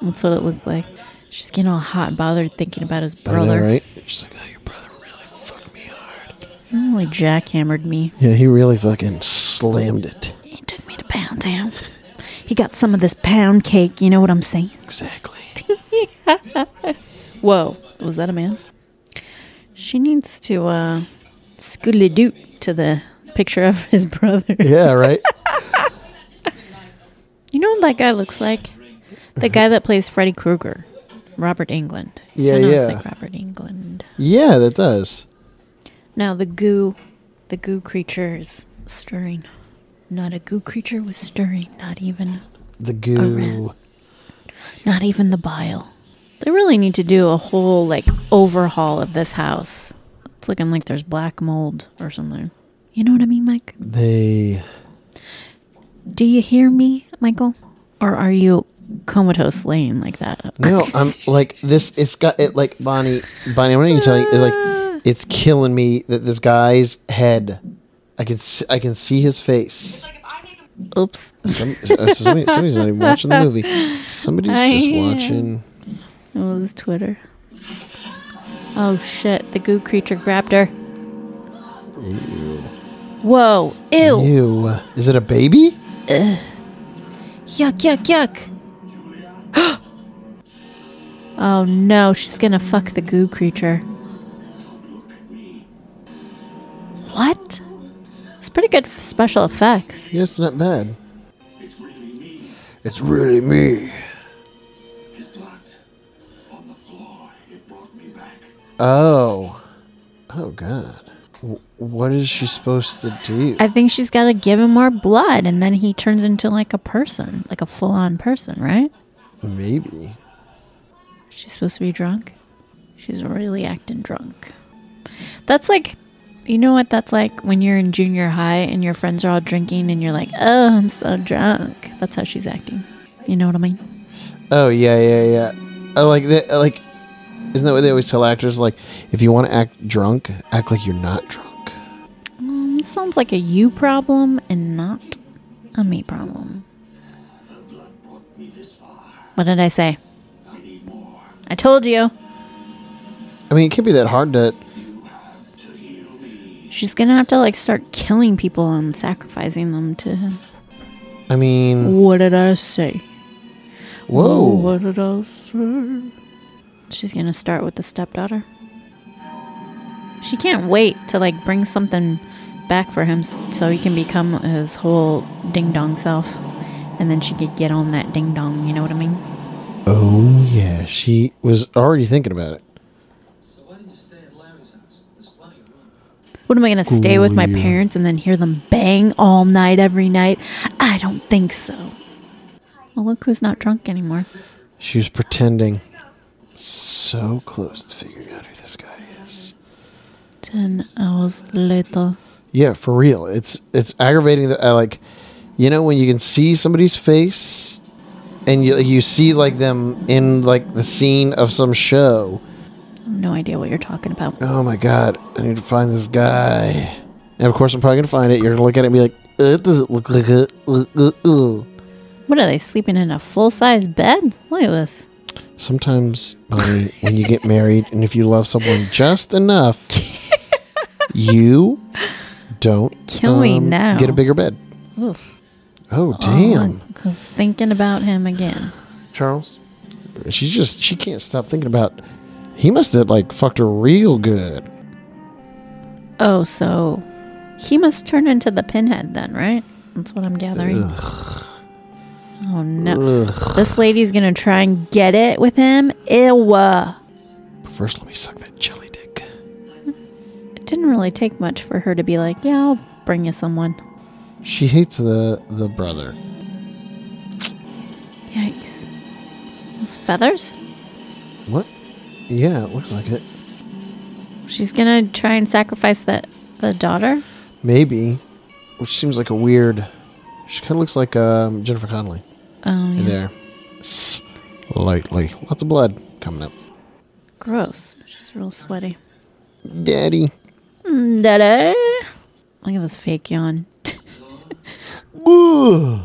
Speaker 2: That's what it looked like. She's getting all hot and bothered thinking about his
Speaker 1: I know,
Speaker 2: brother.
Speaker 1: right? She's like, oh, your brother really fucked me hard.
Speaker 2: Oh, He really jackhammered me.
Speaker 1: Yeah, he really fucking slammed it.
Speaker 2: He took me to Pound Town. He got some of this pound cake. You know what I'm saying?
Speaker 1: Exactly.
Speaker 2: Whoa, was that a man? She needs to uh, scoodly doot to the picture of his brother.
Speaker 1: Yeah, right.
Speaker 2: You know what that guy looks like? The guy that plays Freddy Krueger, Robert England.
Speaker 1: Yeah,
Speaker 2: I know It's
Speaker 1: yeah.
Speaker 2: like Robert England.
Speaker 1: yeah, that does.
Speaker 2: Now the goo, the goo creature is stirring. Not a goo creature was stirring. Not even,
Speaker 1: The goo.
Speaker 2: rat. not even the bile. They really need to do a whole like overhaul of this house. It's looking like there's black mold or something. You know what I mean, Mike?
Speaker 1: They.
Speaker 2: Do you hear me, Michael? Or are you comatose laying like that?
Speaker 1: No, I'm like this. It's got it like Bonnie. Bonnie, I'm not even telling you. it,
Speaker 2: Ah.
Speaker 1: like, it's killing me that this guy's head. I can see, I can see his face.
Speaker 2: Oops.
Speaker 1: Some, uh, somebody, somebody's not even watching the movie. Somebody's
Speaker 2: I
Speaker 1: just
Speaker 2: am.
Speaker 1: watching.
Speaker 2: It was Twitter. Oh shit, the goo creature grabbed her. Whoa, ew.
Speaker 1: Ew. Is it a baby?
Speaker 2: Yuck, yuck, yuck. oh no, she's gonna fuck the goo creature. What? It's pretty good f- special effects.
Speaker 1: Yeah, it's not bad. It's really me.
Speaker 4: His blood on the floor. It brought me back.
Speaker 1: Oh. Oh God. W- What is she supposed to do?
Speaker 2: I think she's gotta give him more blood and then he turns into like a person, like a full on person, right?
Speaker 1: Maybe.
Speaker 2: She's supposed to be drunk. She's really acting drunk. That's like, you know what that's like when you're in junior high and your friends are all drinking and you're like, oh, I'm so drunk. That's how she's acting. You know what I mean?
Speaker 1: Oh yeah, yeah, yeah. I like that. I Like, isn't that what they always tell actors? Like, if you want to act drunk, act like you're not drunk.
Speaker 2: Um, this sounds like a you problem and not a me problem. What did I say? I told you.
Speaker 1: I mean, it can't be that hard to.
Speaker 2: She's gonna have to like start killing people and sacrificing them to him.
Speaker 1: I mean,
Speaker 2: What did I say?
Speaker 1: whoa.
Speaker 2: did I say? She's gonna start with the stepdaughter. She can't wait to like bring something back for him s- so he can become his whole ding dong self. And then she could get on that ding dong, you know what I mean?
Speaker 1: Oh yeah, she was already thinking about it.
Speaker 4: So why didn't you stay at Larry's house? There's plenty of room.
Speaker 2: What am I gonna stay with my parents and then hear them bang all night every night? I don't think so. Well, look who's not drunk anymore.
Speaker 1: She was pretending. So close to figuring out who this guy is.
Speaker 2: Ten hours later.
Speaker 1: Yeah, for real. It's it's aggravating that I like, you know, when you can see somebody's face, and you you see like them in like the scene of some show.
Speaker 2: No idea what you're talking about.
Speaker 1: Oh my god, I need to find this guy. And of course, I'm probably gonna find it. You're gonna look at it and be like, uh, "Does it look like a?" Uh, uh, uh.
Speaker 2: What are they sleeping in a full size bed? Look at this.
Speaker 1: Sometimes, Bonnie, when you get married and if you love someone just enough, you don't um,
Speaker 2: Kill me now.
Speaker 1: Get a bigger bed.
Speaker 2: Oof.
Speaker 1: Oh damn,
Speaker 2: I was thinking about him again.
Speaker 1: Charles. She's just she can't stop thinking about. He must have like fucked her real good.
Speaker 2: Oh, so he must turn into the pinhead then, right? That's what I'm gathering. Oh no. This lady's gonna try and get it with him. Ew. It
Speaker 1: But first, let me suck that jelly dick.
Speaker 2: didn't really take much for her to be like, yeah, I'll bring you someone.
Speaker 1: She hates the the brother.
Speaker 2: Yikes. Those feathers?
Speaker 1: What? Yeah, it looks like it.
Speaker 2: She's gonna try and sacrifice that the daughter?
Speaker 1: Maybe, which seems like a weird. She kind of looks like um, Jennifer Connelly
Speaker 2: Oh
Speaker 1: in
Speaker 2: yeah.
Speaker 1: there. Slightly, lots of blood coming up.
Speaker 2: Gross. She's real sweaty.
Speaker 1: Daddy.
Speaker 2: Daddy. Look at this fake yawn.
Speaker 1: Ugh.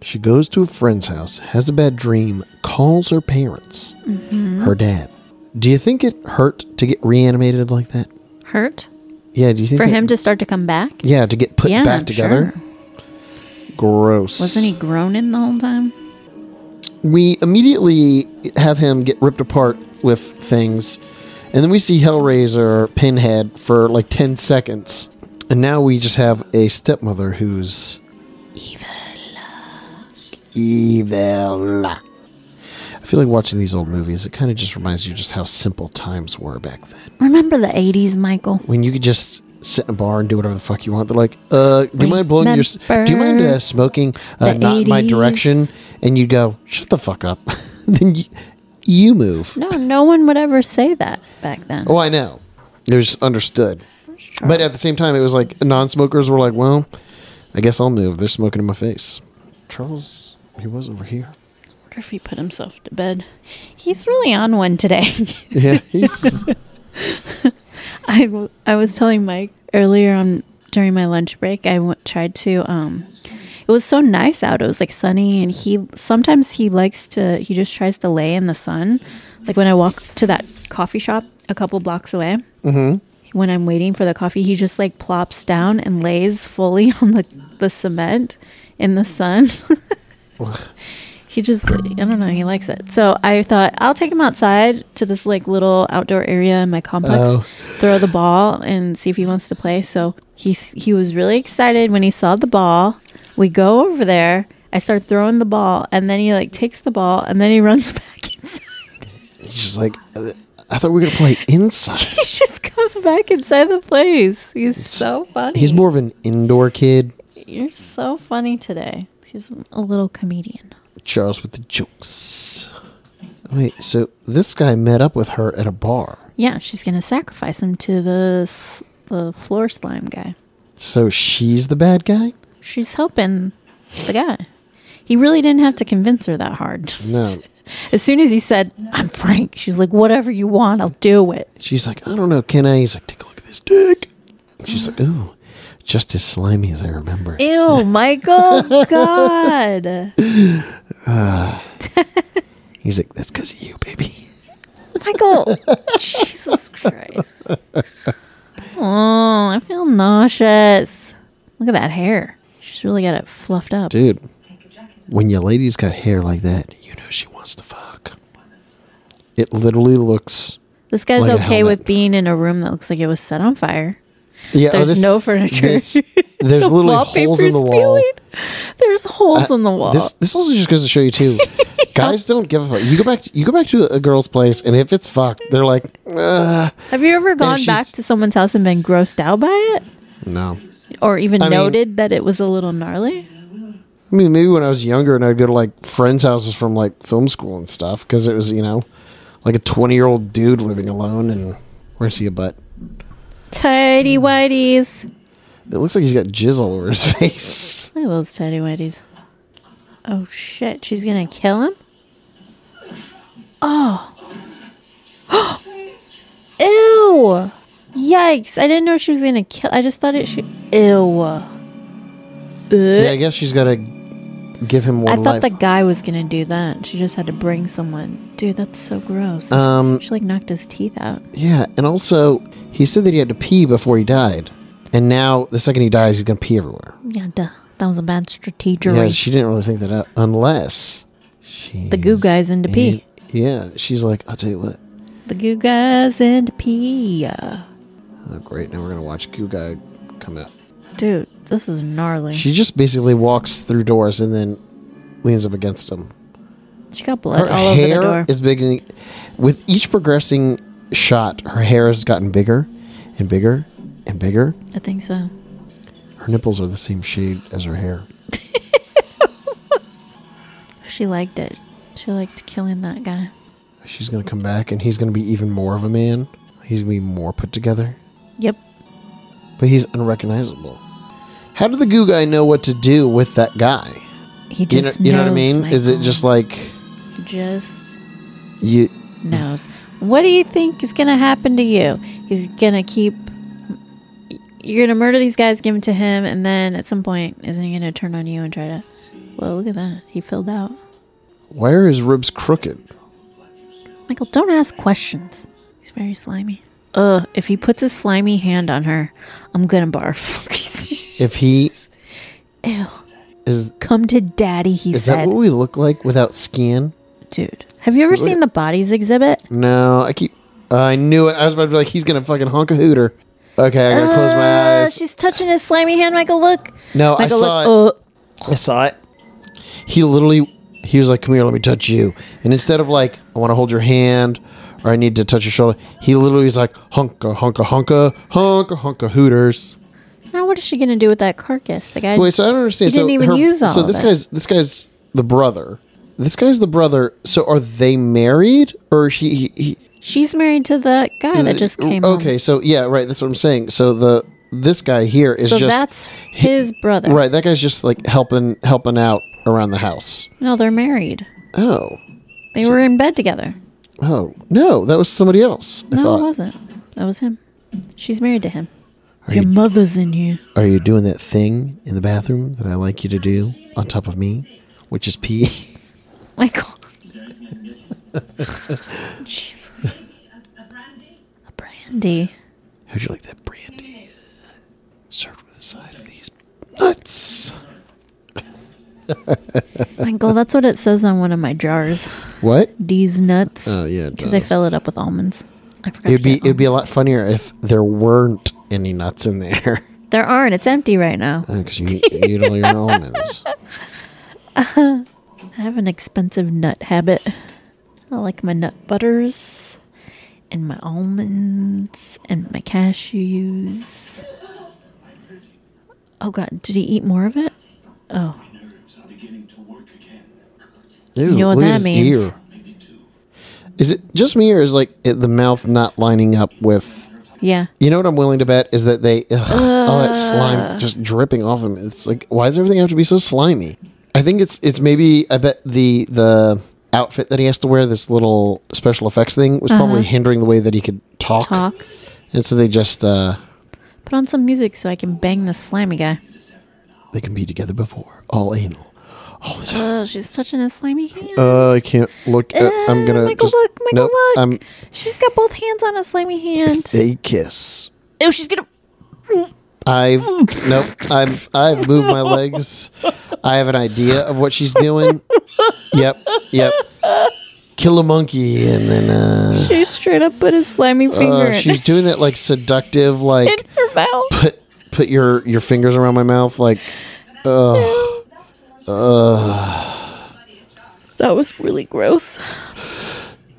Speaker 1: She goes to a friend's house, has a bad dream, calls her parents,
Speaker 2: Mm-hmm.
Speaker 1: her dad. Do you think it hurt to get reanimated like that?
Speaker 2: Hurt?
Speaker 1: Yeah, do you think
Speaker 2: For
Speaker 1: it-
Speaker 2: him to start to come back?
Speaker 1: Yeah, to get put
Speaker 2: Yeah,
Speaker 1: back together.
Speaker 2: sure.
Speaker 1: Gross.
Speaker 2: Wasn't he groaning the whole time?
Speaker 1: We immediately have him get ripped apart with things, and then we see Hellraiser Pinhead for like ten seconds, and now we just have a stepmother who's evil. Evil. I feel like watching these old movies. It kind of just reminds you just how simple times were back then.
Speaker 2: Remember the 80s, Michael?
Speaker 1: when you could just sit in a bar and do whatever the fuck you want. They're like, uh, do you mind blowing your, s- do you mind uh,
Speaker 2: Remember
Speaker 1: smoking uh,
Speaker 2: the
Speaker 1: not in my
Speaker 2: 80s?
Speaker 1: direction? And you go, shut the fuck up. then you, you move.
Speaker 2: No, no one would ever say that back then.
Speaker 1: Oh, I know. It was understood.
Speaker 2: Sure.
Speaker 1: But at the same time, it was like non-smokers were like, well, I guess I'll move. They're smoking in my face. Charles, he was over here.
Speaker 2: I wonder if he put himself to bed. He's really on one today.
Speaker 1: Yeah, he's
Speaker 2: I, w- I was telling Mike earlier on during my lunch break, I w- tried to. Um, it was so nice out. It was like sunny, and he sometimes he likes to. He just tries to lay in the sun. Like when I walk to that coffee shop a couple blocks away. When I'm waiting for the coffee, he just like plops down and lays fully on the the cement in the sun. he just i don't know he likes it so i thought i'll take him outside to this like little outdoor area in my complex
Speaker 1: Oh.
Speaker 2: throw the ball and see if he wants to play so he's he was really excited when he saw the ball we go over there i start throwing the ball and then he like takes the ball and then he runs back inside
Speaker 1: he's just like, I thought we were gonna play inside.
Speaker 2: he just comes back inside the place he's so funny
Speaker 1: He's more of an indoor kid.
Speaker 2: you're so funny today he's a little comedian
Speaker 1: Charles with the jokes. Wait, so this guy met up with her at a bar.
Speaker 2: yeah she's gonna sacrifice him to the s- the floor slime guy
Speaker 1: So she's the bad guy?
Speaker 2: she's helping the guy. He really didn't have to convince her that hard.
Speaker 1: No.
Speaker 2: As soon as he said, I'm Frank, she's like, whatever you want, I'll do it.
Speaker 1: She's like, I don't know, can I? He's like, take a look at this dick. She's like, ooh, just as slimy as I remember.
Speaker 2: Ew, Michael, God.
Speaker 1: He's like, that's because of you, baby.
Speaker 2: Michael, Jesus Christ. Oh, I feel nauseous. Look at that hair. She's really got it fluffed up.
Speaker 1: Dude, when your lady's got hair like that, you know she wants to fuck. It literally looks.
Speaker 2: This guy's
Speaker 1: Like a
Speaker 2: okay
Speaker 1: helmet.
Speaker 2: with being in a room that looks like it was set on fire.
Speaker 1: Yeah, oh,
Speaker 2: There's
Speaker 1: this-
Speaker 2: no furniture.
Speaker 1: this- there's literally holes in
Speaker 2: wallpaper's
Speaker 1: the wall. Uh,
Speaker 2: peeling. There's holes in the wall.
Speaker 1: This this also just goes to show you too. Guys don't give a fuck. You go back to, you go back to a girl's place and if it's fucked, they're like, Ugh.
Speaker 2: Have you ever gone
Speaker 1: she's-
Speaker 2: back to someone's house and been grossed out by
Speaker 1: no.
Speaker 2: it? Or even
Speaker 1: I mean-
Speaker 2: noted that it was a little gnarly?
Speaker 1: I mean, maybe when I was younger and I'd go to like friends' houses from like film school and stuff because it was, you know, like a 20 year old dude living alone and where's he a butt?
Speaker 2: tidy whities.
Speaker 1: It looks like he's got jizz all over his face.
Speaker 2: Look at those tidy whities. Oh shit, she's gonna kill him? Oh. Ew! Yikes, I didn't know she was gonna kill. I just thought it should. Ew.
Speaker 1: yeah, I guess she's got to give him more
Speaker 2: I thought
Speaker 1: life.
Speaker 2: the guy was gonna do that. She just had to bring someone. Dude, that's so gross.
Speaker 1: Um,
Speaker 2: she like knocked his teeth out.
Speaker 1: yeah, and also he said that he had to pee before he died, and now the second he dies, he's gonna pee everywhere.
Speaker 2: Yeah, duh. That was a bad strategy.
Speaker 1: Yeah, she didn't really think that out unless she's,
Speaker 2: The goo guy's into pee.
Speaker 1: yeah, she's like, I'll tell you what.
Speaker 2: the goo guys and pee.
Speaker 1: Oh, great! Now we're gonna watch goo guy come out.
Speaker 2: Dude, this is gnarly. She,
Speaker 1: She just basically walks through doors and then leans up against him.
Speaker 2: got blood
Speaker 1: Her
Speaker 2: all over the
Speaker 1: hair
Speaker 2: door.
Speaker 1: is beginning. With each progressing shot, her hair has gotten bigger and bigger and bigger.
Speaker 2: I think so.
Speaker 1: Her nipples are the same shade as her hair.
Speaker 2: She liked it. She liked killing that guy.
Speaker 1: She's gonna come back, and he's gonna be even more of a man. He's gonna be more put together,
Speaker 2: Yep.
Speaker 1: but he's unrecognizable. How did the goo guy know what to do with that guy?
Speaker 2: He
Speaker 1: You know,
Speaker 2: just
Speaker 1: you know what I
Speaker 2: knows,
Speaker 1: mean? Is it
Speaker 2: Michael.
Speaker 1: just like
Speaker 2: He just
Speaker 1: you?
Speaker 2: knows. What do you think is going to happen to you? He's going to keep. You're going to murder these guys, give them to him, and then at some point, isn't he going to turn on you and try to. Well, look at that. He filled out.
Speaker 1: Why are his ribs crooked?
Speaker 2: Michael, don't ask questions. He's very slimy. Ugh, if he puts his slimy hand on her, I'm gonna barf.
Speaker 1: If he
Speaker 2: Ew.
Speaker 1: is,
Speaker 2: Come to daddy, he
Speaker 1: is that
Speaker 2: said.
Speaker 1: what we look like without skin?
Speaker 2: Dude. Have you ever seen the bodies exhibit?
Speaker 1: No, I keep. I knew it. I was about to be like, he's gonna fucking honk a hooter. Okay, I gotta close my
Speaker 2: Uh,
Speaker 1: eyes.
Speaker 2: she's touching his slimy hand, Michael. Look.
Speaker 1: No, I
Speaker 2: Michael,
Speaker 1: saw it.
Speaker 2: look. oh.
Speaker 1: I saw it. He literally, he was like, "Come here, let me touch you." And instead of like, "I want to hold your hand," or "I need to touch your shoulder," he literally was like, "Hunka, hunka, hunka, hunka, hunka, hooters."
Speaker 2: Ugh. Now, what is she gonna do with that carcass? The guy.
Speaker 1: Wait, so I don't understand.
Speaker 2: He
Speaker 1: so
Speaker 2: didn't even
Speaker 1: her-
Speaker 2: use all
Speaker 1: So
Speaker 2: of
Speaker 1: this
Speaker 2: it.
Speaker 1: guy's this guy's the brother. This guy's the brother. So are they married, or he? he, he uh,
Speaker 2: she's married to the guy that just came. home.
Speaker 1: Okay, so yeah, right. That's what I'm saying. So the this guy here is
Speaker 2: So
Speaker 1: just
Speaker 2: that's his brother.
Speaker 1: right. That guy's just like helping helping out around the house.
Speaker 2: No, they're married.
Speaker 1: Oh.
Speaker 2: They were in bed together.
Speaker 1: Oh no, that was somebody else. I
Speaker 2: No,
Speaker 1: thought.
Speaker 2: it wasn't. That was him. She's married to him. Your
Speaker 1: you-
Speaker 2: mother's in here.
Speaker 1: Are you doing that thing in the bathroom that I like you to do on top of me, which is pee?
Speaker 2: Michael. Jesus. A brandy.
Speaker 1: How'd you like that brandy served with a side of these nuts?
Speaker 2: Michael, that's what it says on one of my jars.
Speaker 1: What?
Speaker 2: These nuts.
Speaker 1: Oh yeah, it
Speaker 2: Because I
Speaker 1: does.
Speaker 2: fill it up with almonds. I forgot.
Speaker 1: It'd
Speaker 2: to
Speaker 1: be
Speaker 2: get
Speaker 1: it'd be a
Speaker 2: almonds.
Speaker 1: lot funnier if there weren't any nuts in there
Speaker 2: There aren't. It's empty right now.
Speaker 1: because you eat- you eat all your almonds.
Speaker 2: I have an expensive nut habit. I like my nut butters and my almonds and my cashews. Oh god, did he eat more of it? Oh,
Speaker 4: Nerves are beginning to work again.
Speaker 1: Ew,
Speaker 2: know what
Speaker 1: look at
Speaker 2: that
Speaker 1: his
Speaker 2: means.
Speaker 1: ear. Is it just me or is like it, the mouth not lining up with?
Speaker 2: yeah.
Speaker 1: You know what I'm willing to bet is that they ugh, all that
Speaker 2: Uh.
Speaker 1: slime just dripping off him. It's like why does everything have to be so slimy? I think it's it's maybe I bet the the outfit that he has to wear this little special effects thing was probably hindering the way that he could talk.
Speaker 2: Uh-huh. Talk.
Speaker 1: And so they just uh
Speaker 2: Put on some music so I can bang this slimy guy.
Speaker 1: they can be together before all anal all the time.
Speaker 2: Oh, she's touching his slimy hand.
Speaker 1: Uh, I can't look. Uh, I'm
Speaker 2: Ah,
Speaker 1: gonna
Speaker 2: Michael,
Speaker 1: just-
Speaker 2: look, Michael,
Speaker 1: nope,
Speaker 2: look.
Speaker 1: I'm
Speaker 2: she's got both hands on his slimy hand.
Speaker 1: a kiss.
Speaker 2: Oh, she's gonna.
Speaker 1: I've nope. I'm I've moved my legs. I have an idea of what she's doing. Yep, yep. Kill a monkey and then uh,
Speaker 2: She straight up put his slimy finger
Speaker 1: uh
Speaker 2: in-
Speaker 1: she's doing that like seductive
Speaker 2: in
Speaker 1: like
Speaker 2: her mouth.
Speaker 1: put put your your fingers around my mouth like Uh,
Speaker 2: That was really gross.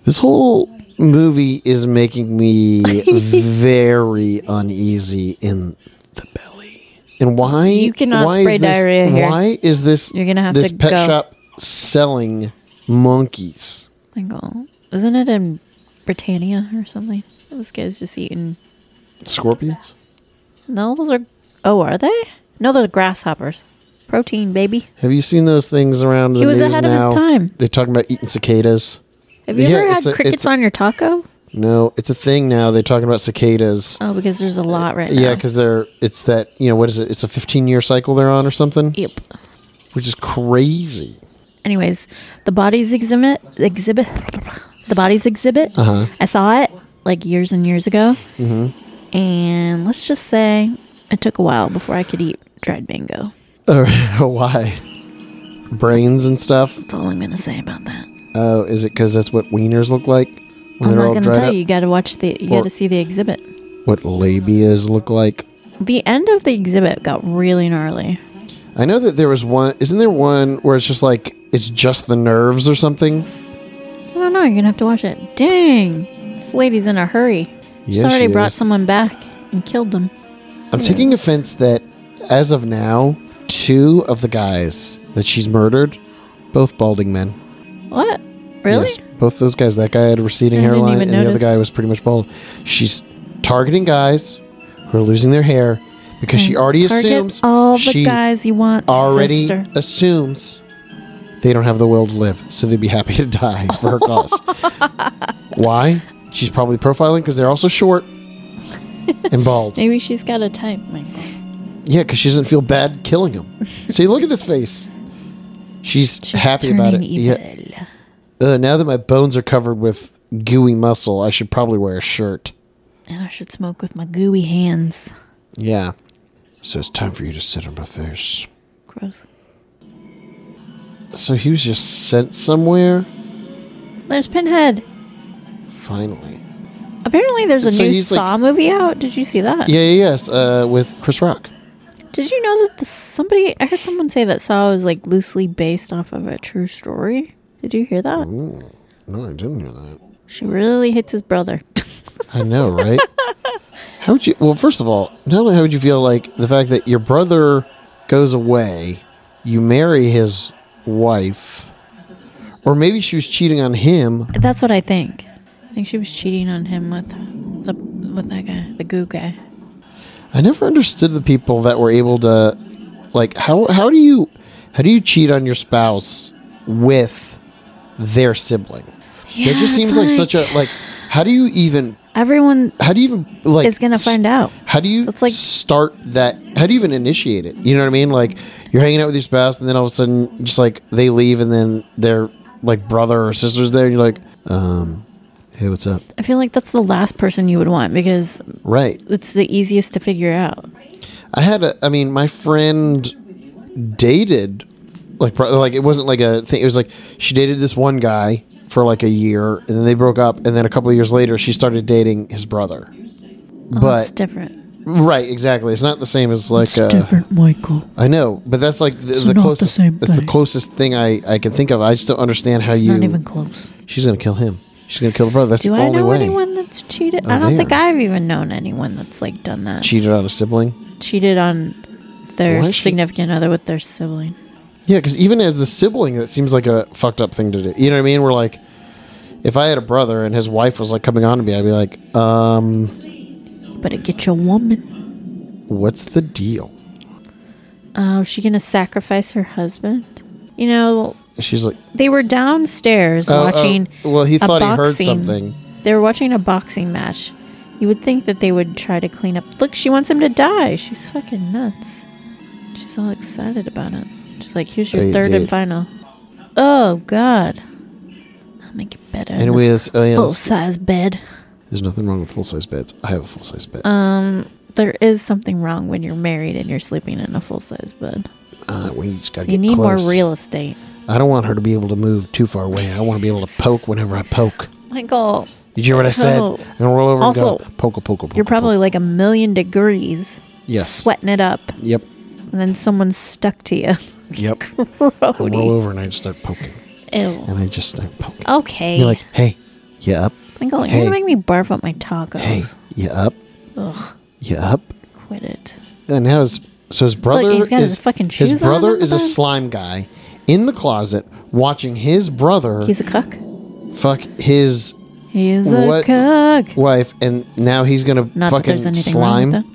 Speaker 1: This whole movie is making me very uneasy in the belly. And why?
Speaker 2: You cannot
Speaker 1: why
Speaker 2: spray
Speaker 1: is this,
Speaker 2: diarrhea here.
Speaker 1: Why is this?
Speaker 2: You're gonna have
Speaker 1: this
Speaker 2: to
Speaker 1: pet
Speaker 2: go.
Speaker 1: shop selling monkeys.
Speaker 2: Michael, isn't it in Britannia or something? This guy's just eating
Speaker 1: Scorpions?
Speaker 2: No, those are. Oh, are they? No, they're grasshoppers. Protein, baby.
Speaker 1: Have you seen those things around?
Speaker 2: He
Speaker 1: the
Speaker 2: was
Speaker 1: news
Speaker 2: ahead of his
Speaker 1: now?
Speaker 2: time.
Speaker 1: They're talking about eating cicadas.
Speaker 2: Have you
Speaker 1: Yeah,
Speaker 2: ever
Speaker 1: it's
Speaker 2: had
Speaker 1: a- it's
Speaker 2: crickets
Speaker 1: a-
Speaker 2: on your taco?
Speaker 1: No, it's a thing now. They're talking about cicadas.
Speaker 2: Oh, because there's a lot right now.
Speaker 1: Yeah, because they're it's that you know what is it? It's a 15 year cycle they're on or something,
Speaker 2: Yep.
Speaker 1: which is crazy.
Speaker 2: Anyways, the bodies exhibit exhibit the bodies exhibit.
Speaker 1: Uh-huh.
Speaker 2: I saw it like years and years ago,
Speaker 1: Mm-hmm.
Speaker 2: and let's just say it took a while before I could eat dried mango.
Speaker 1: Or why? Brains and stuff.
Speaker 2: That's all I'm gonna say about that.
Speaker 1: Oh, is it because that's what wieners look like when
Speaker 2: I'm
Speaker 1: they're
Speaker 2: not
Speaker 1: all
Speaker 2: gonna
Speaker 1: dried
Speaker 2: tell
Speaker 1: up?
Speaker 2: you. You gotta watch the. You
Speaker 1: Or-
Speaker 2: gotta see the exhibit.
Speaker 1: What labias look like?
Speaker 2: The end of the exhibit got really gnarly.
Speaker 1: I know that there was one. Isn't there one where it's just like it's just the nerves or something?
Speaker 2: I don't know. You're gonna have to watch it. Dang, this lady's in a hurry. She's
Speaker 1: Yeah,
Speaker 2: already
Speaker 1: she
Speaker 2: brought
Speaker 1: is.
Speaker 2: someone back and killed them.
Speaker 1: I'm taking offense that as of now, two of the guys that she's murdered, both balding men.
Speaker 2: What? Really?
Speaker 1: Yes, both those guys. That guy had a receding
Speaker 2: I didn't
Speaker 1: hairline,
Speaker 2: even
Speaker 1: and the other
Speaker 2: notice.
Speaker 1: guy was pretty much bald. She's targeting guys who are losing their hair because she already
Speaker 2: Hmm. Target
Speaker 1: assumes
Speaker 2: all the
Speaker 1: she
Speaker 2: guys you want.
Speaker 1: already
Speaker 2: sister.
Speaker 1: assumes they don't have the will to live, so they'd be happy to die for her cause. Why? She's probably profiling because they're also short and bald.
Speaker 2: Maybe she's got a type, Michael.
Speaker 1: Yeah, because she doesn't feel bad killing him. See, look at this face. She's,
Speaker 2: She's
Speaker 1: happy about it.
Speaker 2: turning
Speaker 1: Yeah.
Speaker 2: Evil.
Speaker 1: Uh, now that my bones are covered with gooey muscle, I should probably wear a shirt.
Speaker 2: And I should smoke with my gooey hands.
Speaker 1: Yeah. So it's time for you to sit on my face.
Speaker 2: Gross.
Speaker 1: So he was just sent somewhere?
Speaker 2: There's Pinhead.
Speaker 1: Finally.
Speaker 2: Apparently, there's a
Speaker 1: So
Speaker 2: new
Speaker 1: he's like-
Speaker 2: Saw movie out. Did you see that?
Speaker 1: Yeah, yeah, yes. Uh, with Chris Rock.
Speaker 2: Did you know that the, somebody? I heard someone say that Saw was like loosely based off of a true story. Did you hear that?
Speaker 1: No, I didn't hear that.
Speaker 2: She really hits his brother.
Speaker 1: I know, right? how would you? Well, first of all, not only how would you feel like the fact that your brother goes away, you marry his wife, or maybe she was cheating on him.
Speaker 2: That's what I think. I think she was cheating on him with the with that guy, the goo guy.
Speaker 1: I never understood the people that were able to, like, how how do you how do you cheat on your spouse with their sibling?
Speaker 2: Yeah,
Speaker 1: it just seems like, such a like. How do you even?
Speaker 2: everyone
Speaker 1: How do you even like?
Speaker 2: is gonna
Speaker 1: s-
Speaker 2: find out.
Speaker 1: How do you
Speaker 2: It's like-
Speaker 1: start that? How do you even initiate it? You know what I mean? Like you're hanging out with your spouse, and then all of a sudden, just like they leave, and then their like brother or sister's there, and you're like, um, hey, what's up?
Speaker 2: I feel like that's the last person you would want because
Speaker 1: Right.
Speaker 2: it's the easiest to figure out.
Speaker 1: I had a. I mean, my friend dated like pro- like it wasn't like a thing. It was like she dated this one guy for like a year, and then they broke up, and then a couple of years later, she started dating his brother.
Speaker 2: But it's
Speaker 1: But
Speaker 2: Oh, different.
Speaker 1: right, exactly. It's not the same as like
Speaker 5: It's
Speaker 1: uh,
Speaker 5: different, Michael.
Speaker 1: I know, but that's like the, the
Speaker 5: not the
Speaker 1: closest.
Speaker 5: same
Speaker 1: that's the
Speaker 5: thing.
Speaker 1: closest thing I, I can think of. I just don't understand how
Speaker 2: It's
Speaker 1: you.
Speaker 2: not even close.
Speaker 1: she's gonna kill him. She's gonna kill the brother. That's
Speaker 2: Do
Speaker 1: the
Speaker 2: I
Speaker 1: only
Speaker 2: know
Speaker 1: way.
Speaker 2: anyone that's cheated? I
Speaker 1: Oh,
Speaker 2: don't
Speaker 1: there.
Speaker 2: think I've even known anyone that's like done that.
Speaker 1: Cheated on a sibling.
Speaker 2: cheated on their
Speaker 1: Why is she-
Speaker 2: significant other with their sibling.
Speaker 1: Yeah, because even as the sibling, that seems like a fucked up thing to do. You know what I mean? We're like, if I had a brother and his wife was like coming on to me, I'd be like, um,
Speaker 2: You better get your woman.
Speaker 1: what's the deal?
Speaker 2: Oh, is she gonna sacrifice her husband? You know,
Speaker 1: And she's like,
Speaker 2: they were downstairs
Speaker 1: oh, oh,
Speaker 2: watching.
Speaker 1: well, he
Speaker 2: a
Speaker 1: thought he heard
Speaker 2: boxing-
Speaker 1: something.
Speaker 2: They were watching a boxing match. You would think that they would try to clean up. Look, she wants him to die. She's fucking nuts. She's all excited about it. She's like, "Here's your
Speaker 1: Hey,
Speaker 2: third
Speaker 1: dude.
Speaker 2: and final." Oh God, I'll make it better. in
Speaker 1: Anyway,
Speaker 2: this
Speaker 1: it's- oh, yeah,
Speaker 2: full
Speaker 1: it's-
Speaker 2: size bed.
Speaker 1: There's nothing wrong with full size beds. I have a full size bed.
Speaker 2: Um, there is something wrong when you're married and you're sleeping in a full size bed.
Speaker 1: uh, we just gotta
Speaker 2: You
Speaker 1: get
Speaker 2: need
Speaker 1: close.
Speaker 2: more real estate.
Speaker 1: I don't want her to be able to move too far away. I want to be able to poke whenever I poke.
Speaker 2: Michael,
Speaker 1: Did you hear what I said?
Speaker 2: Oh.
Speaker 1: And roll over
Speaker 2: Also,
Speaker 1: and go poke, poke, poke.
Speaker 2: you're probably like a million degrees.
Speaker 1: Yes.
Speaker 2: Sweating it up,
Speaker 1: Yep.
Speaker 2: and then someone's stuck to you.
Speaker 1: Yep. I roll
Speaker 2: Brody.
Speaker 1: over and I just start poking,
Speaker 2: Ew.
Speaker 1: and I just start poking.
Speaker 2: Okay.
Speaker 1: You're like, hey, you up?
Speaker 2: Michael, you're
Speaker 1: hey.
Speaker 2: gonna make me barf up my tacos.
Speaker 1: Hey, you up?
Speaker 2: Ugh,
Speaker 1: You up?
Speaker 2: quit it.
Speaker 1: And now his so his brother
Speaker 2: he's got
Speaker 1: is
Speaker 2: his fucking shoes on
Speaker 1: brother
Speaker 2: in the
Speaker 1: is a
Speaker 2: bed.
Speaker 1: slime guy in the closet watching his brother
Speaker 2: He's a cuck.
Speaker 1: fuck his
Speaker 2: He's a
Speaker 1: What-
Speaker 2: cook.
Speaker 1: wife, and now he's gonna
Speaker 2: Not that
Speaker 1: fucking
Speaker 2: there's anything
Speaker 1: slime.
Speaker 2: wrong with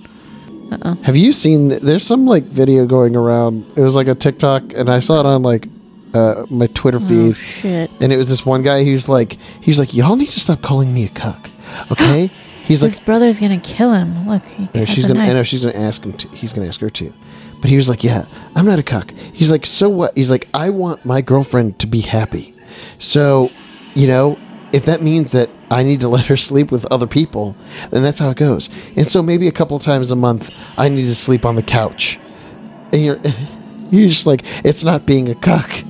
Speaker 1: Have you seen? th- There's some like video going around. It was like a TikTok, and I saw it on like uh, my Twitter
Speaker 2: that.
Speaker 1: feed.
Speaker 2: Oh shit.
Speaker 1: and it was this one guy who's like, he's like, y'all need to stop calling me a cuck, okay? He's like,
Speaker 2: His brother's gonna kill him. Look, he
Speaker 1: no,
Speaker 2: has
Speaker 1: she's
Speaker 2: a
Speaker 1: gonna, I
Speaker 2: knife.
Speaker 1: know she's gonna ask him. To, he's gonna ask her too. But he was like, yeah, I'm not a cuck. He's like, so what? He's like, I want my girlfriend to be happy. So, you know, if that means that I need to let her sleep with other people, then that's how it goes. And so maybe a couple times a month, I need to sleep on the couch. And you're, you're just like, it's not being a cuck.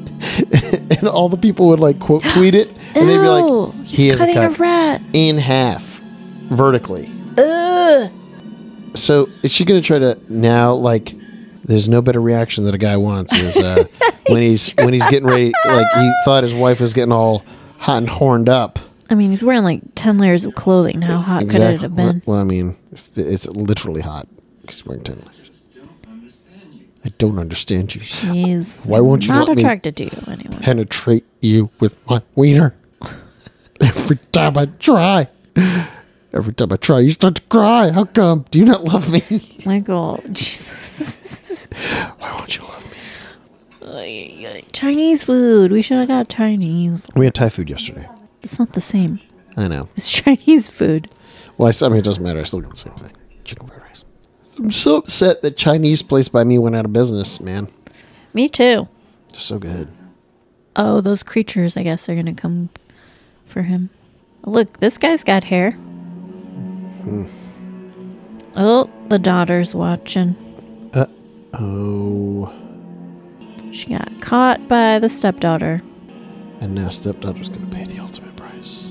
Speaker 1: and all the people would like quote tweet it, and they'd be
Speaker 2: Ew,
Speaker 1: like,
Speaker 2: he's
Speaker 1: he is a
Speaker 2: cutting a
Speaker 1: cuck
Speaker 2: rat.
Speaker 1: in half, vertically.
Speaker 2: Ugh.
Speaker 1: So is she gonna try to now like? There's no better reaction that a guy wants is uh, when he's when he's getting ready. Like he thought his wife was getting all hot and horned up.
Speaker 2: I mean, he's wearing like ten layers of clothing. How hot could it have
Speaker 1: Well-
Speaker 2: been?
Speaker 1: Well, I mean, if it's literally hot. 'cause he's wearing tan. I don't understand you.
Speaker 2: He's
Speaker 1: Why won't you
Speaker 2: not
Speaker 1: let me-
Speaker 2: attracted to you anyway?
Speaker 1: Penetrate you with my wiener. Every time I try. Every time I try, you start to cry. How come? Do you not love me?
Speaker 2: Michael, Jesus.
Speaker 1: Why won't you love me?
Speaker 2: Chinese food. We should have got Chinese.
Speaker 1: We had Thai food yesterday.
Speaker 2: It's not the same.
Speaker 1: I know.
Speaker 2: It's Chinese food.
Speaker 1: Well, I, s- I mean, it doesn't matter. I still get the same thing. Chicken fried rice. I'm so upset that Chinese place by me went out of business, man.
Speaker 2: Me too.
Speaker 1: They're so good.
Speaker 2: Oh, those creatures, I guess, are going to come for him. Look, this guy's got hair. Hmm. Oh, the daughter's watching.
Speaker 1: Oh,
Speaker 2: She got caught by the stepdaughter.
Speaker 1: and now stepdad was going to pay the ultimate price.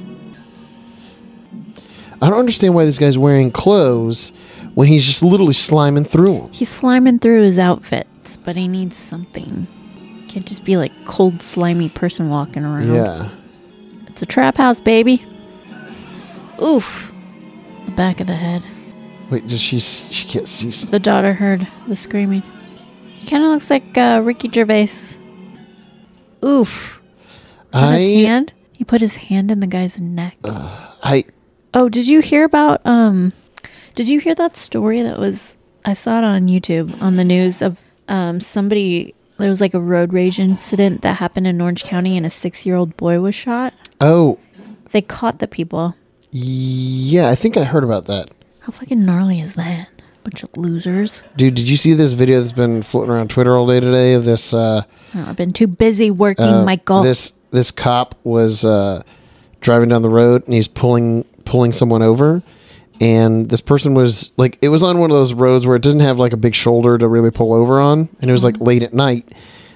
Speaker 1: I don't understand why this guy's wearing clothes when he's just literally sliming through them.
Speaker 2: He's sliming through his outfits, but he needs something. Can't just be like cold, slimy person walking around.
Speaker 1: Yeah.
Speaker 2: It's a trap house, baby. Oof. The back of the head.
Speaker 1: Wait, does she? s- She can't see. s-
Speaker 2: The daughter heard the screaming. He kind of looks like uh, Ricky Gervais. Oof. Is that his
Speaker 1: I. Uh.
Speaker 2: hand? He put his hand in the guy's neck.
Speaker 1: I.
Speaker 2: Oh, did you hear about um did you hear that story that was I saw it on YouTube on the news of um somebody there was like a road rage incident that happened in Orange County and a 6-year-old boy was shot.
Speaker 1: Oh,
Speaker 2: They caught the people.
Speaker 1: yeah. I think I heard about that.
Speaker 2: How fucking gnarly is that? Bunch of losers.
Speaker 1: Dude, did you see this video that's been floating around Twitter all day today of this? uh
Speaker 2: I don't know, I've been too busy working
Speaker 1: Uh,
Speaker 2: my golf.
Speaker 1: This this cop was uh, driving down the road and he's pulling pulling someone over, and this person was like, it was on one of those roads where it doesn't have like a big shoulder to really pull over on, and it was
Speaker 2: Mm-hmm.
Speaker 1: like late at night,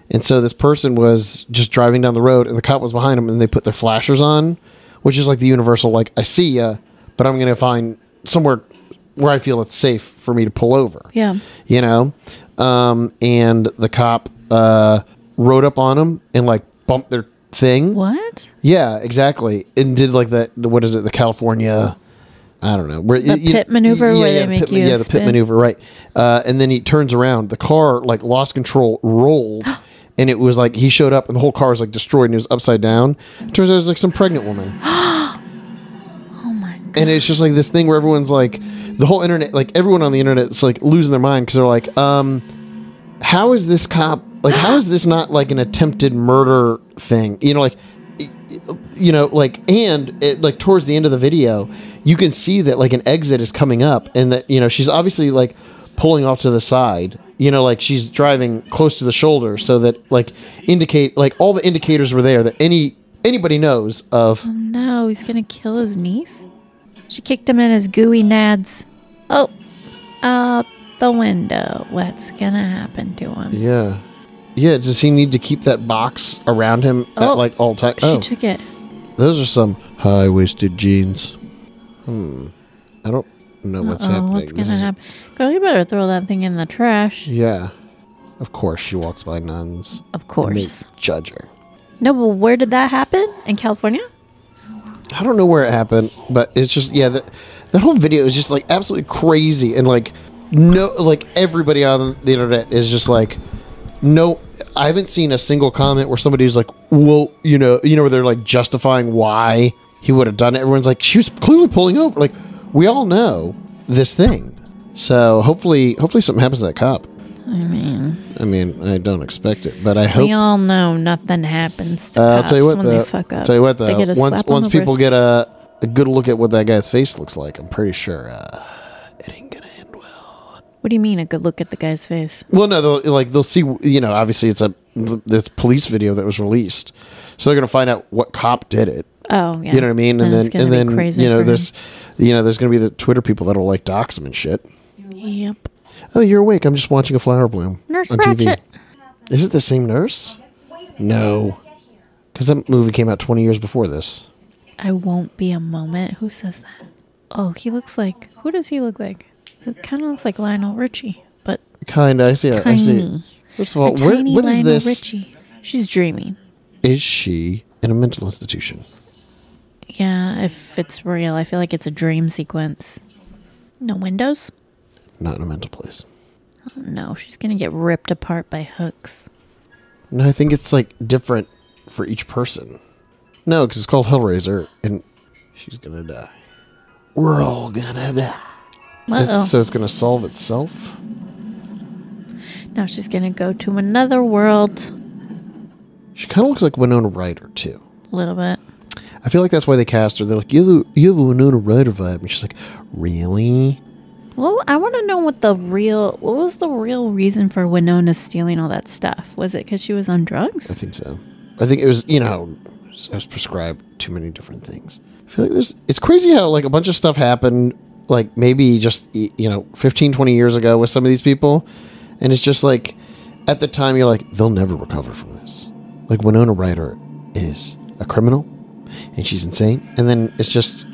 Speaker 1: and so this person was just driving down the road, and the cop was behind him, and they put their flashers on, which is like the universal like, I see ya, but I'm gonna find somewhere where I feel it's safe for me to pull over
Speaker 2: yeah.
Speaker 1: you know um, and the cop uh, rode up on him and like bumped their thing
Speaker 2: What?
Speaker 1: yeah exactly and did like that what is it the california i don't know where the
Speaker 2: pit maneuver where they make you
Speaker 1: yeah the pit
Speaker 2: spin.
Speaker 1: maneuver right uh, and then he turns around the car like lost control rolled and it was like he showed up and the whole car was like destroyed and it was upside down turns out it was like some pregnant woman
Speaker 2: Oh my god.
Speaker 1: and it's just like this thing where everyone's like the whole internet like everyone on the internet is like losing their mind because they're like um how is this cop like how is this not like an attempted murder thing you know like y- y- you know like and it like towards the end of the video you can see that like an exit is coming up and that you know she's obviously like pulling off to the side you know like she's driving close to the shoulder so that like indicate like all the indicators were there that any anybody knows of
Speaker 2: Mm-hmm. No, he's gonna kill his niece. She kicked him in his gooey nads. Oh, out the window. What's gonna happen to him?
Speaker 1: Yeah. Yeah, does he need to keep that box around him
Speaker 2: Oh.
Speaker 1: at like all times?
Speaker 2: She
Speaker 1: Oh,
Speaker 2: took it.
Speaker 1: those are some high waisted jeans. Hmm. I don't know what's
Speaker 2: Oh,
Speaker 1: happening.
Speaker 2: what's
Speaker 1: This
Speaker 2: gonna
Speaker 1: is-
Speaker 2: happen? Girl, you better throw that thing in the trash.
Speaker 1: Yeah. Of course, she walks by nuns.
Speaker 2: Of
Speaker 1: And they
Speaker 2: course.
Speaker 1: judge her.
Speaker 2: No, but where did that happen? In California?
Speaker 1: I don't know where it happened, but it's just yeah, that that whole video is just like absolutely crazy and like no like everybody on the internet is just like no I haven't seen a single comment where somebody's like, "Well, you know, you know where they're like justifying why he would have done it. Everyone's like, she was clearly pulling over. Like, we all know this thing. So hopefully, hopefully something happens to that cop.
Speaker 2: I mean,
Speaker 1: I mean, I don't expect it, but I hope.
Speaker 2: we all know nothing happens to
Speaker 1: Uh, I'll
Speaker 2: cops
Speaker 1: tell you what,
Speaker 2: when
Speaker 1: though.
Speaker 2: they fuck up.
Speaker 1: I'll tell you what, though.
Speaker 2: they get a
Speaker 1: once
Speaker 2: slap on
Speaker 1: once
Speaker 2: the
Speaker 1: people
Speaker 2: wrist.
Speaker 1: get a, a good look at what that guy's face looks like, I'm pretty sure uh, it ain't gonna end well.
Speaker 2: What do you mean a good look at the guy's face?
Speaker 1: Well, no, they'll, like they'll see. You know, obviously it's a th- this police video that was released, so they're gonna find out what cop did it.
Speaker 2: Oh, yeah.
Speaker 1: You know what I mean? And
Speaker 2: it's
Speaker 1: then
Speaker 2: gonna
Speaker 1: and
Speaker 2: be
Speaker 1: then
Speaker 2: crazy
Speaker 1: you
Speaker 2: for
Speaker 1: know
Speaker 2: him.
Speaker 1: there's you know there's gonna be the Twitter people that'll like dox them and shit.
Speaker 2: Yep.
Speaker 1: Oh, you're awake. I'm just watching a flower bloom
Speaker 2: Nurse
Speaker 1: on TV.
Speaker 2: Ratchet.
Speaker 1: Is it the same nurse?
Speaker 3: Wait a minute.
Speaker 1: No,
Speaker 3: Get here.
Speaker 1: because that movie came out 20 years before this.
Speaker 2: I won't be a moment. Who says that? Oh, he looks like. Who does he look like? He kind of looks like Lionel Richie, but
Speaker 1: Kinda. I see. it. I see.
Speaker 2: tiny.
Speaker 1: First of all,
Speaker 2: a
Speaker 1: where,
Speaker 2: tiny
Speaker 1: what is
Speaker 2: Lionel
Speaker 1: this?
Speaker 2: Richie. She's dreaming.
Speaker 1: Is she in a mental institution?
Speaker 2: Yeah, if it's real, I feel like it's a dream sequence. No windows?
Speaker 1: Not in a mental place.
Speaker 2: Oh, no, she's gonna get ripped apart by hooks.
Speaker 1: No, I think it's like different for each person. No, because it's called Hellraiser, and she's gonna die. We're all gonna die.
Speaker 2: Uh-oh.
Speaker 1: It's- So it's gonna solve itself.
Speaker 2: now she's gonna go to another world.
Speaker 1: She kind of looks like Winona Ryder too.
Speaker 2: A little bit.
Speaker 1: I feel like that's why they cast her. They're like, you, you have a Winona Ryder vibe, and she's like, really?
Speaker 2: Well, I want to know what the real what was the real reason for Winona stealing all that stuff? Was it because she was on
Speaker 1: I
Speaker 2: drugs?
Speaker 1: think so. I think it was, you know, I was prescribed too many different things. I feel like there's, it's crazy how like a bunch of stuff happened, like maybe just, y- you know, 15, 20 years ago with some of these people. And it's just like, at the time, you're like, they'll never recover from this. Like Winona Ryder is a criminal and she's insane. And then it's just,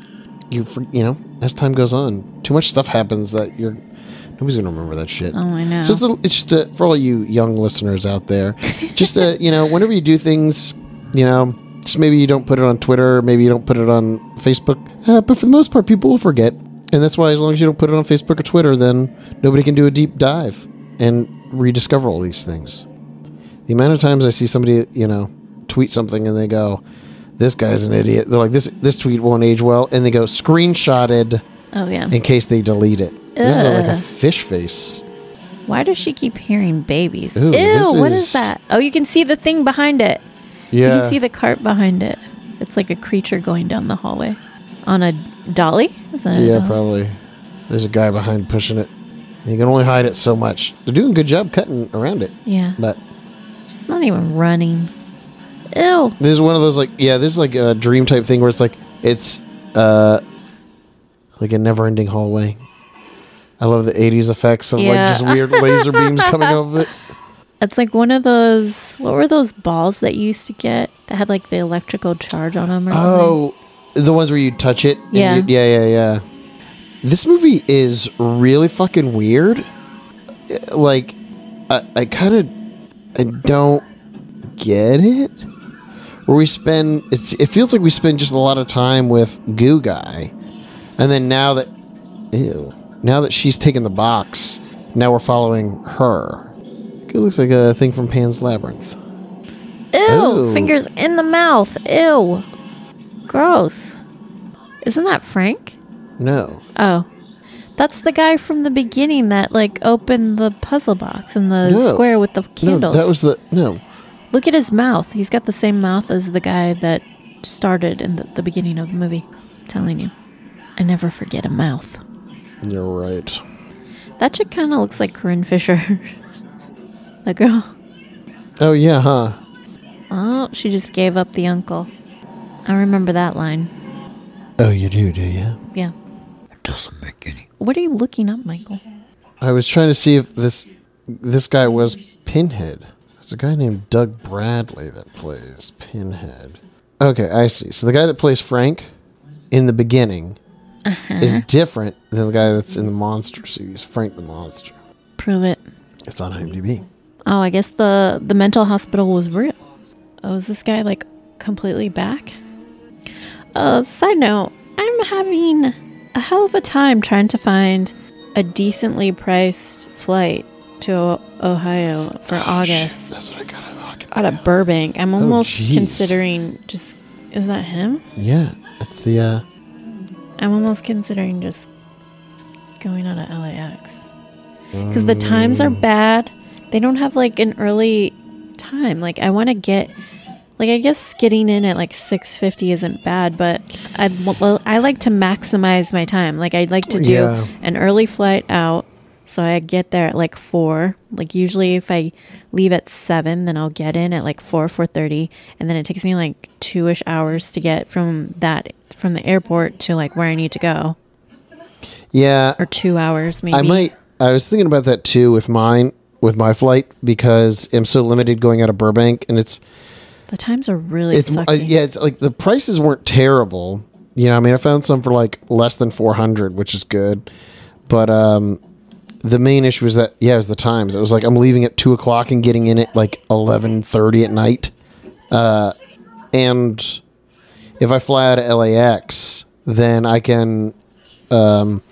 Speaker 1: you, fr- you know, as time goes on, too much stuff happens that you're, nobody's going to remember that shit.
Speaker 2: Oh, I know.
Speaker 1: So it's, a, it's just a, for all you young listeners out there, just a, you know, whenever you do things, you know, just maybe you don't put it on Twitter, maybe you don't put it on Facebook, uh, but for the most part, people will forget, and that's why as long as you don't put it on Facebook or Twitter, then nobody can do a deep dive and rediscover all these things. The amount of times I see somebody, you know, tweet something and they go, "This guy's an idiot." They're like, "This this tweet won't age well," and they go screenshotted
Speaker 2: Oh yeah.
Speaker 1: in case they delete it. This is like a
Speaker 2: Ugh.
Speaker 1: fish face.
Speaker 2: Why does she keep hearing babies?
Speaker 1: Ooh, this
Speaker 2: Ew, what
Speaker 1: is-
Speaker 2: is that? Oh, you can see the thing behind it.
Speaker 1: Yeah.
Speaker 2: You can see the cart behind it. It's like a creature going down the hallway on a dolly. Is that a
Speaker 1: Yeah,
Speaker 2: dolly?
Speaker 1: probably. There's a guy behind pushing it. You can only hide it so much. They're doing a good job cutting around it.
Speaker 2: Yeah.
Speaker 1: But
Speaker 2: She's not even running. Ew.
Speaker 1: this is one of those like yeah, this is like a dream type thing where it's like it's uh like a never ending hallway. I love the eighties effects of like
Speaker 2: Yeah.
Speaker 1: just weird laser beams coming off of it.
Speaker 2: It's like one of those. What were those balls that you used to get that had like the electrical charge on them or something?
Speaker 1: Oh the ones where you touch it. and
Speaker 2: Yeah.
Speaker 1: you- yeah, yeah, yeah. This movie is really fucking weird. Like I, I kind of I don't get it. Where we spend it's it feels like we spend just a lot of time with Goo Guy, and then now that ew, now that she's taken the box, now we're following her. It looks like a thing from Pan's Labyrinth.
Speaker 2: Ew.
Speaker 1: Oh.
Speaker 2: Fingers in the mouth. Ew. Gross. Isn't that Frank?
Speaker 1: No,
Speaker 2: Oh. That's the guy from the beginning that like opened the puzzle box in the
Speaker 1: No.
Speaker 2: square with the candles.
Speaker 1: no, that was the no.
Speaker 2: Look at his mouth. He's got the same mouth as the guy that started in the, the beginning of the movie. I'm telling you. I never forget a mouth.
Speaker 1: You're right.
Speaker 2: That chick kind of looks like Corinne Fisher. that girl.
Speaker 1: Oh yeah, huh?
Speaker 2: Oh, she just gave up the uncle. I remember that line.
Speaker 1: Oh, you do, do you?
Speaker 2: Yeah. It doesn't make any. What are you looking up, Michael?
Speaker 1: I was trying to see if this this guy was Pinhead. There's a guy named Doug Bradley that plays Pinhead. Okay, I see. So the guy that plays Frank in the beginning
Speaker 2: Uh-huh.
Speaker 1: is different than the guy that's in the Monster series, Frank the Monster.
Speaker 2: Prove it.
Speaker 1: It's on IMDb.
Speaker 2: Oh, I guess the the mental hospital was real. Oh, is this guy like completely back? Uh, side note, I'm having a hell of a time trying to find a decently priced flight to O- Ohio for August
Speaker 1: Oh, That's what I got.
Speaker 2: out of Burbank. I'm almost
Speaker 1: jeez.
Speaker 2: considering just is that him?
Speaker 1: Yeah, That's the uh,
Speaker 2: I'm almost considering just going out of LAX because the times are bad. They don't have like an early time. Like I want to get, like I guess getting in at like six fifty isn't bad, but I I like to maximize my time. Like I'd like to do
Speaker 1: Yeah.
Speaker 2: an early flight out, so I get there at like four. Like usually if I leave at seven, then I'll get in at like four four thirty, and then it takes me like two ish hours to get from that from the airport to like where I need to go,
Speaker 1: yeah.
Speaker 2: or two hours maybe.
Speaker 1: I might. I was thinking about that too with mine with my flight because I'm so limited going out of Burbank, and it's
Speaker 2: The times are really
Speaker 1: it's
Speaker 2: sucky.
Speaker 1: uh, yeah, it's like the prices weren't terrible. You know, I mean, I found some for like less than four hundred, which is good. But um, the main issue was that yeah, it was the times. It was like I'm leaving at two o'clock and getting in at like eleven thirty at night. Uh, and if I fly out of LAX, then I can. Um,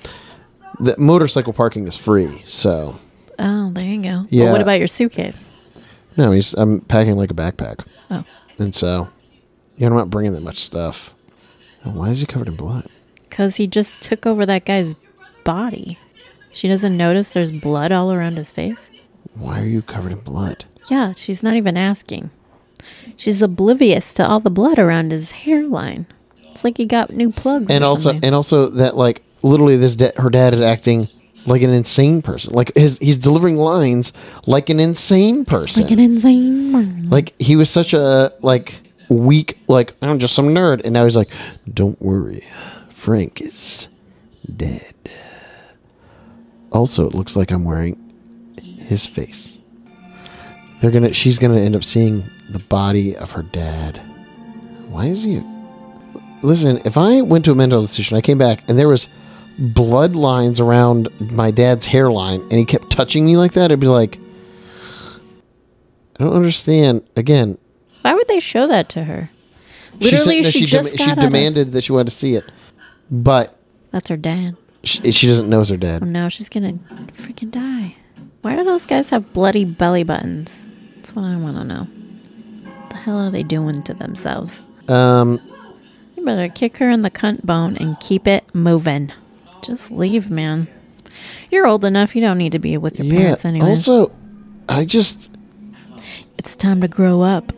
Speaker 1: the motorcycle parking is free, so
Speaker 2: Oh, there you go.
Speaker 1: Yeah.
Speaker 2: But what about your suitcase?
Speaker 1: no, he's I'm packing like a backpack.
Speaker 2: Oh,
Speaker 1: And so, yeah, I'm not bringing that much stuff. And why is he covered in blood?
Speaker 2: because he just took over that guy's body. She doesn't notice there's blood all around his face.
Speaker 1: Why are you covered in blood?
Speaker 2: Yeah, she's not even asking. She's oblivious to all the blood around his hairline. It's like he got new plugs.
Speaker 1: And
Speaker 2: or
Speaker 1: also,
Speaker 2: something.
Speaker 1: and also that like literally this da- her dad is acting like an insane person. Like his he's delivering lines like an insane person.
Speaker 2: like an insane. man.
Speaker 1: Like he was such a like weak like I'm just some nerd, and now he's like, don't worry, Frank is dead. Also, it looks like I'm wearing his face. They're gonna. She's gonna end up seeing the body of her dad. Why is he? Listen, if I went to a mental institution, I came back and there was blood lines around my dad's hairline, and he kept touching me like that. I'd be like, I don't understand. Again,
Speaker 2: Why would they show that to her?
Speaker 1: she said-
Speaker 2: Literally,
Speaker 1: no,
Speaker 2: she,
Speaker 1: dem-
Speaker 2: just
Speaker 1: she
Speaker 2: got out of-
Speaker 1: demanded that she wanted to see it, but
Speaker 2: That's her dad.
Speaker 1: she, she doesn't know it's her dad.
Speaker 2: Now Oh, she's gonna freaking die. Why do those guys have bloody belly buttons? That's what I want to know. What the hell are they doing to themselves?
Speaker 1: Um,
Speaker 2: You better kick her in the cunt bone and keep it moving. Just leave, man. You're old enough. You don't need to be with your
Speaker 1: yeah.
Speaker 2: parents anyway.
Speaker 1: Also, I just
Speaker 2: it's time to grow up.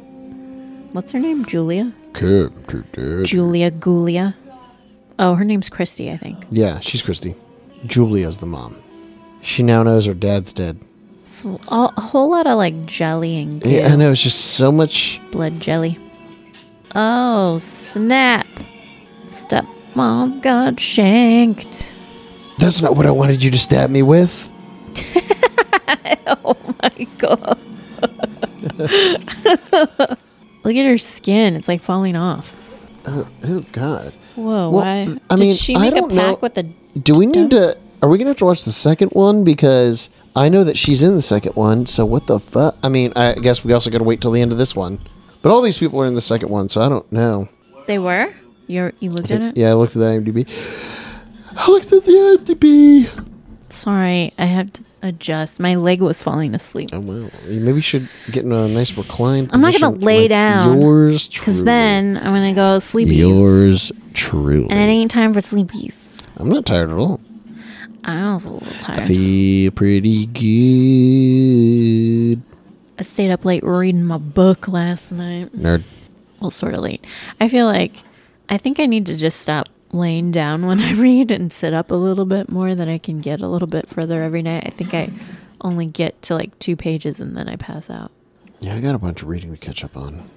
Speaker 2: What's her name? Julia? Julia Gulia. Oh, her name's Christy, I think.
Speaker 1: Yeah, she's Christy. Julia's the mom. She now knows her dad's dead.
Speaker 2: It's a a whole lot of like jelly and goo.
Speaker 1: Yeah, I know. It's just so much.
Speaker 2: blood jelly. Oh, snap. Stepmom got shanked.
Speaker 1: That's not what I wanted you to stab me with.
Speaker 2: My God. Look at her skin. It's like falling off.
Speaker 1: Oh God.
Speaker 2: Whoa,
Speaker 1: Well,
Speaker 2: why?
Speaker 1: I mean,
Speaker 2: Did she
Speaker 1: I
Speaker 2: make a
Speaker 1: don't know-
Speaker 2: pack with the.
Speaker 1: Do we need to? Are we gonna have to watch the second one? Because I know that she's in the second one. So what the fuck? I mean, I guess we also gotta wait till the end of this one. But all these people are in the second one, so I don't know.
Speaker 2: They were? You're, you looked at it?
Speaker 1: Yeah, I looked at the IMDb. I looked at the IMDb.
Speaker 2: Sorry, I have to adjust. My leg was falling asleep.
Speaker 1: Oh well, you maybe should get in a nice reclined.
Speaker 2: I'm not gonna
Speaker 1: position
Speaker 2: lay
Speaker 1: like
Speaker 2: down,
Speaker 1: Yours truly.
Speaker 2: Because then I'm going to go sleepies.
Speaker 1: Yours truly.
Speaker 2: And it ain't time for sleepies.
Speaker 1: I'm not tired at all.
Speaker 2: I was a little tired.
Speaker 1: I feel pretty good.
Speaker 2: I stayed up late reading my book last night.
Speaker 1: Nerd.
Speaker 2: well, sort of late. I feel like I think I need to just stop laying down when I read and sit up a little bit more that I can get a little bit further every night. I think I only get to like two pages and then I pass out.
Speaker 1: Yeah, I got a bunch of reading to catch up on.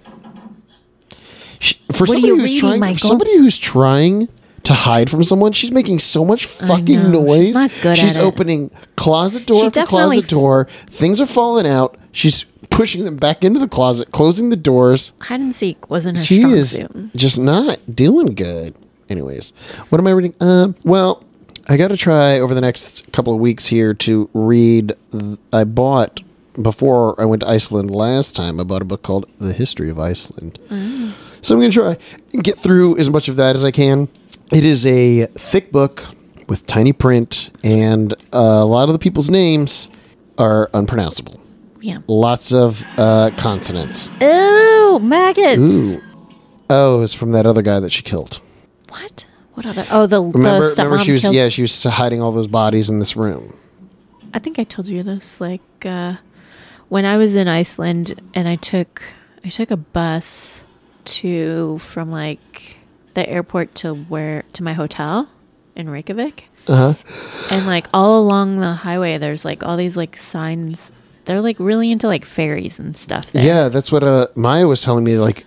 Speaker 1: Sh for
Speaker 2: are
Speaker 1: somebody
Speaker 2: you
Speaker 1: who's
Speaker 2: reading,
Speaker 1: trying, for
Speaker 2: Michael?
Speaker 1: somebody who's trying to hide from someone, she's making so much fucking
Speaker 2: know,
Speaker 1: noise.
Speaker 2: she's not good
Speaker 1: She's
Speaker 2: at it.
Speaker 1: opening closet door
Speaker 2: She
Speaker 1: after
Speaker 2: definitely-
Speaker 1: closet door. Things are falling out. She's pushing them back into the closet, closing the doors.
Speaker 2: Hide and seek wasn't her
Speaker 1: she
Speaker 2: strong
Speaker 1: is
Speaker 2: suit.
Speaker 1: just not doing good. Anyways, what am I reading? Um, well, I got to try over the next couple of weeks here to read. th- I bought before I went to Iceland last time. I bought a book called The History of Iceland.
Speaker 2: Mm.
Speaker 1: So I'm going to try and get through as much of that as I can. It is a thick book with tiny print, and uh, a lot of the people's names are unpronounceable.
Speaker 2: Yeah.
Speaker 1: Lots of uh, consonants.
Speaker 2: Ooh, maggots.
Speaker 1: Ooh. Oh, it's from that other guy that she killed.
Speaker 2: what? What other? Oh, the
Speaker 1: Remember,
Speaker 2: the stepmom
Speaker 1: remember she was
Speaker 2: killed.
Speaker 1: yeah, she was hiding all those bodies in this room.
Speaker 2: I think I told you this. Like uh, when I was in Iceland, and I took I took a bus to from like the airport to where to my hotel in Reykjavik,
Speaker 1: Uh-huh.
Speaker 2: and like all along the highway, there's like all these like signs. They're like really into like fairies and stuff. There.
Speaker 1: Yeah, that's what uh, Maya was telling me. Like,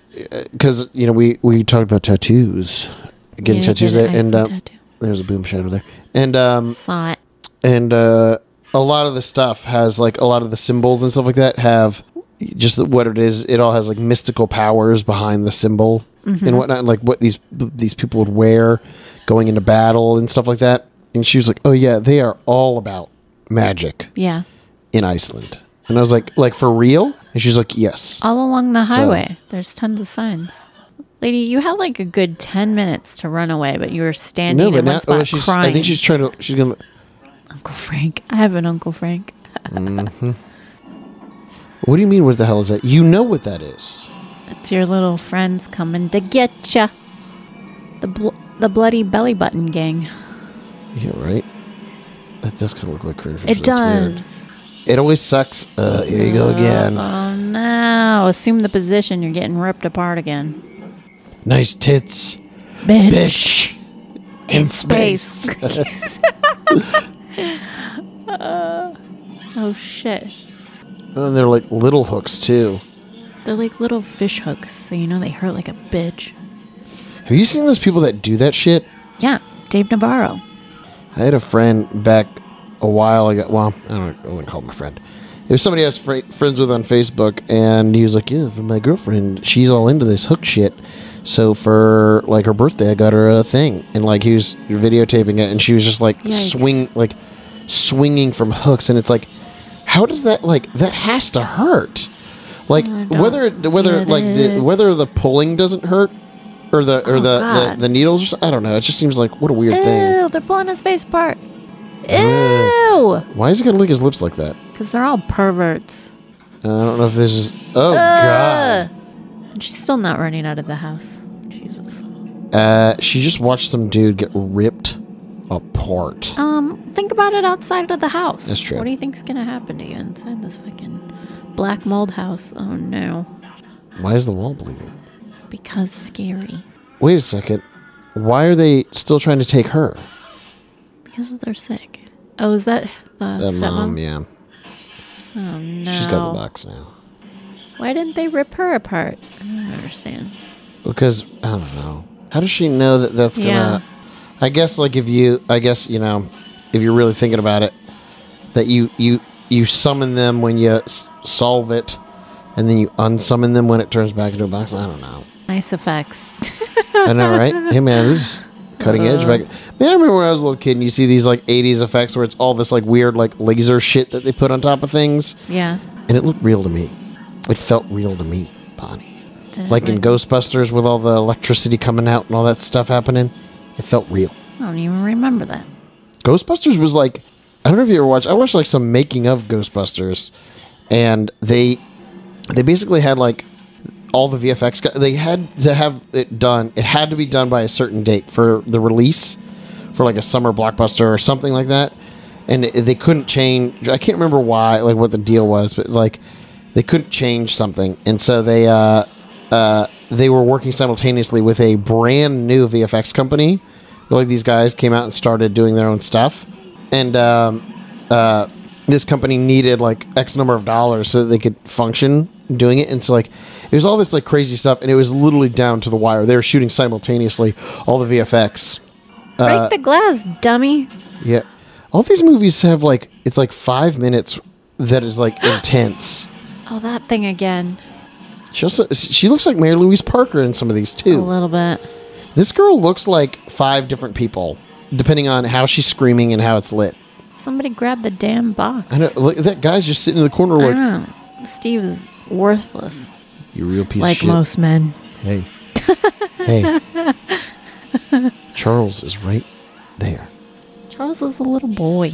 Speaker 1: because you know we we talked about tattoos, getting
Speaker 2: Yeah,
Speaker 1: tattoos,
Speaker 2: get an
Speaker 1: and uh,
Speaker 2: Iceland tattoo.
Speaker 1: there's a boom shadow there, and um
Speaker 2: saw it.
Speaker 1: and uh, a lot of the stuff has like a lot of the symbols and stuff like that have just the, what it is. It all has like mystical powers behind the symbol
Speaker 2: Mm-hmm.
Speaker 1: and whatnot, and like what these these people would wear going into battle and stuff like that. And she was like, "Oh yeah, they are all about magic
Speaker 2: Yeah,
Speaker 1: in Iceland." And I was like, "Like for real?" And she's like, "Yes."
Speaker 2: all along the highway, there's tons of signs. Lady, you had like a good ten minutes to run away, but you were standing
Speaker 1: No,
Speaker 2: in
Speaker 1: but
Speaker 2: one
Speaker 1: now
Speaker 2: spot
Speaker 1: oh, she's,
Speaker 2: crying.
Speaker 1: I think she's trying to. She's gonna.
Speaker 2: Uncle Frank. I have an Uncle Frank.
Speaker 1: What do you mean? What the hell is that? You know what that is?
Speaker 2: It's your little friends coming to get ya. The bl- the bloody belly button gang.
Speaker 1: Yeah, right. That does kind of look like cringe.
Speaker 2: It does.
Speaker 1: It always sucks. Uh, here you go again.
Speaker 2: Oh no! Assume the position. You're getting ripped apart again.
Speaker 1: Nice tits,
Speaker 2: Bitch.
Speaker 1: bitch. In space.
Speaker 2: oh shit!
Speaker 1: and they're like little hooks too.
Speaker 2: They're like little fish hooks, so you know they hurt like a bitch.
Speaker 1: Have you seen those people that do that shit?
Speaker 2: Yeah, Dave Navarro.
Speaker 1: I had a friend back a while ago. Well, I don't. I wouldn't call him a friend. It was somebody I was fri friends with on Facebook, and he was like, "Yeah, for my girlfriend, she's all into this hook shit." So for like her birthday, I got her a thing, and like he was videotaping it, and she was just like
Speaker 2: Yikes.
Speaker 1: swing, like swinging from hooks, and it's like, how does that like that has to hurt? Like
Speaker 2: don't
Speaker 1: whether it, whether
Speaker 2: get
Speaker 1: like the,
Speaker 2: it.
Speaker 1: whether the pulling doesn't hurt, or the or the,
Speaker 2: Oh,
Speaker 1: the
Speaker 2: God.
Speaker 1: the needles, or so- I don't know. It just seems like what a weird thing.
Speaker 2: Ew! They're pulling his face apart. Ew!
Speaker 1: Why is he gonna lick his lips like that?
Speaker 2: Because they're all perverts.
Speaker 1: Uh, I don't know if this is. Oh
Speaker 2: Ugh. And She's still not running out of the house. Jesus.
Speaker 1: god! Uh, she just watched some dude get ripped apart.
Speaker 2: Um, think about it outside of the house.
Speaker 1: That's true.
Speaker 2: What do you think's gonna happen to you inside this fucking black mold house? Oh no.
Speaker 1: Why is the wall bleeding?
Speaker 2: Because scary.
Speaker 1: Wait a second. Why are they still trying to take her?
Speaker 2: Because they're sick. Oh, is that the
Speaker 1: That
Speaker 2: stepmom?
Speaker 1: Uh, mom, yeah,
Speaker 2: Oh no.
Speaker 1: she's got the box now.
Speaker 2: Why didn't they rip her apart? I don't understand.
Speaker 1: Because I don't know. How does she know that that's
Speaker 2: Yeah.
Speaker 1: gonna? I guess like if you, I guess you know, if you're really thinking about it, that you you you summon them when you s- solve it, and then you unsummon them when it turns back into a box. I don't know.
Speaker 2: Nice effects.
Speaker 1: I know, right? Hey, man, this is cutting edge back. Man, I remember when I was a little kid, and you see these like '80s effects where it's all this like weird like laser shit that they put on top of things,
Speaker 2: yeah.
Speaker 1: and it looked real to me. It felt real to me, Bonnie.
Speaker 2: Did
Speaker 1: Like
Speaker 2: it
Speaker 1: in Ghostbusters with all the electricity coming out and all that stuff happening, it felt real.
Speaker 2: I don't even remember that.
Speaker 1: Ghostbusters was like, I don't know if you ever watched. I watched like some making of Ghostbusters, and they they basically had like all the VFX. Guy, they had to have it done. It had to be done by a certain date for the release, for like a summer blockbuster or something like that. And it- they couldn't change. I can't remember why, like what the deal was, but like they couldn't change something, and so they uh, uh, they were working simultaneously with a brand new VFX company. Like these guys came out and started doing their own stuff, and um, uh, this company needed like X number of dollars so that they could function doing it. And so like it was all this like crazy stuff, and it was literally down to the wire. They were shooting simultaneously all the VFX. Uh,
Speaker 2: Break the glass, dummy.
Speaker 1: Yeah, all these movies have like it's like five minutes that is like intense.
Speaker 2: Oh, that thing again.
Speaker 1: She also she looks like Mary Louise Parker in some of these too.
Speaker 2: A little bit.
Speaker 1: This girl looks like five different people, depending on how she's screaming and how it's lit.
Speaker 2: Somebody grab the damn box.
Speaker 1: I know look, that guy's just sitting in the corner,
Speaker 2: I
Speaker 1: like
Speaker 2: know. Steve is worthless,
Speaker 1: you real piece
Speaker 2: like
Speaker 1: of shit.
Speaker 2: most men.
Speaker 1: Hey, hey, Charles is right there.
Speaker 2: Charles is a little boy.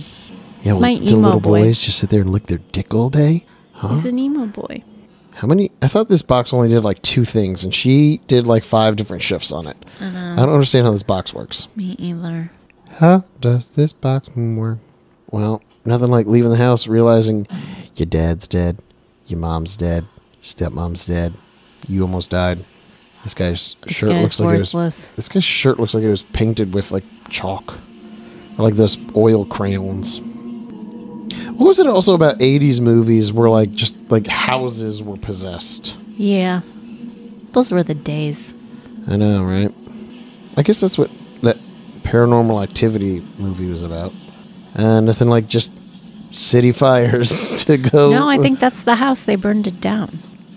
Speaker 1: Yeah,
Speaker 2: It's my
Speaker 1: do
Speaker 2: emo
Speaker 1: little
Speaker 2: boy.
Speaker 1: boys just sit there and lick their dick all day?
Speaker 2: He's an emo boy.
Speaker 1: How many? I thought this box only did like two things, and she did like five different shifts on it. I, don't understand how this box works.
Speaker 2: Me either.
Speaker 1: How does this box work? Well, nothing like leaving the house realizing your dad's dead, your mom's dead, stepmom's dead, you almost died. This guy's shirt
Speaker 2: guy's
Speaker 1: looks like it was.
Speaker 2: worthless.
Speaker 1: This guy's shirt looks like it was painted with like chalk, or like those oil crayons. What was it also about '80s movies where like just like houses were possessed?
Speaker 2: Yeah. Those were the days.
Speaker 1: I know, right? I guess that's what that paranormal activity movie was about. Uh, nothing like just city fires to go.
Speaker 2: No, I think that's the house. They burned it down.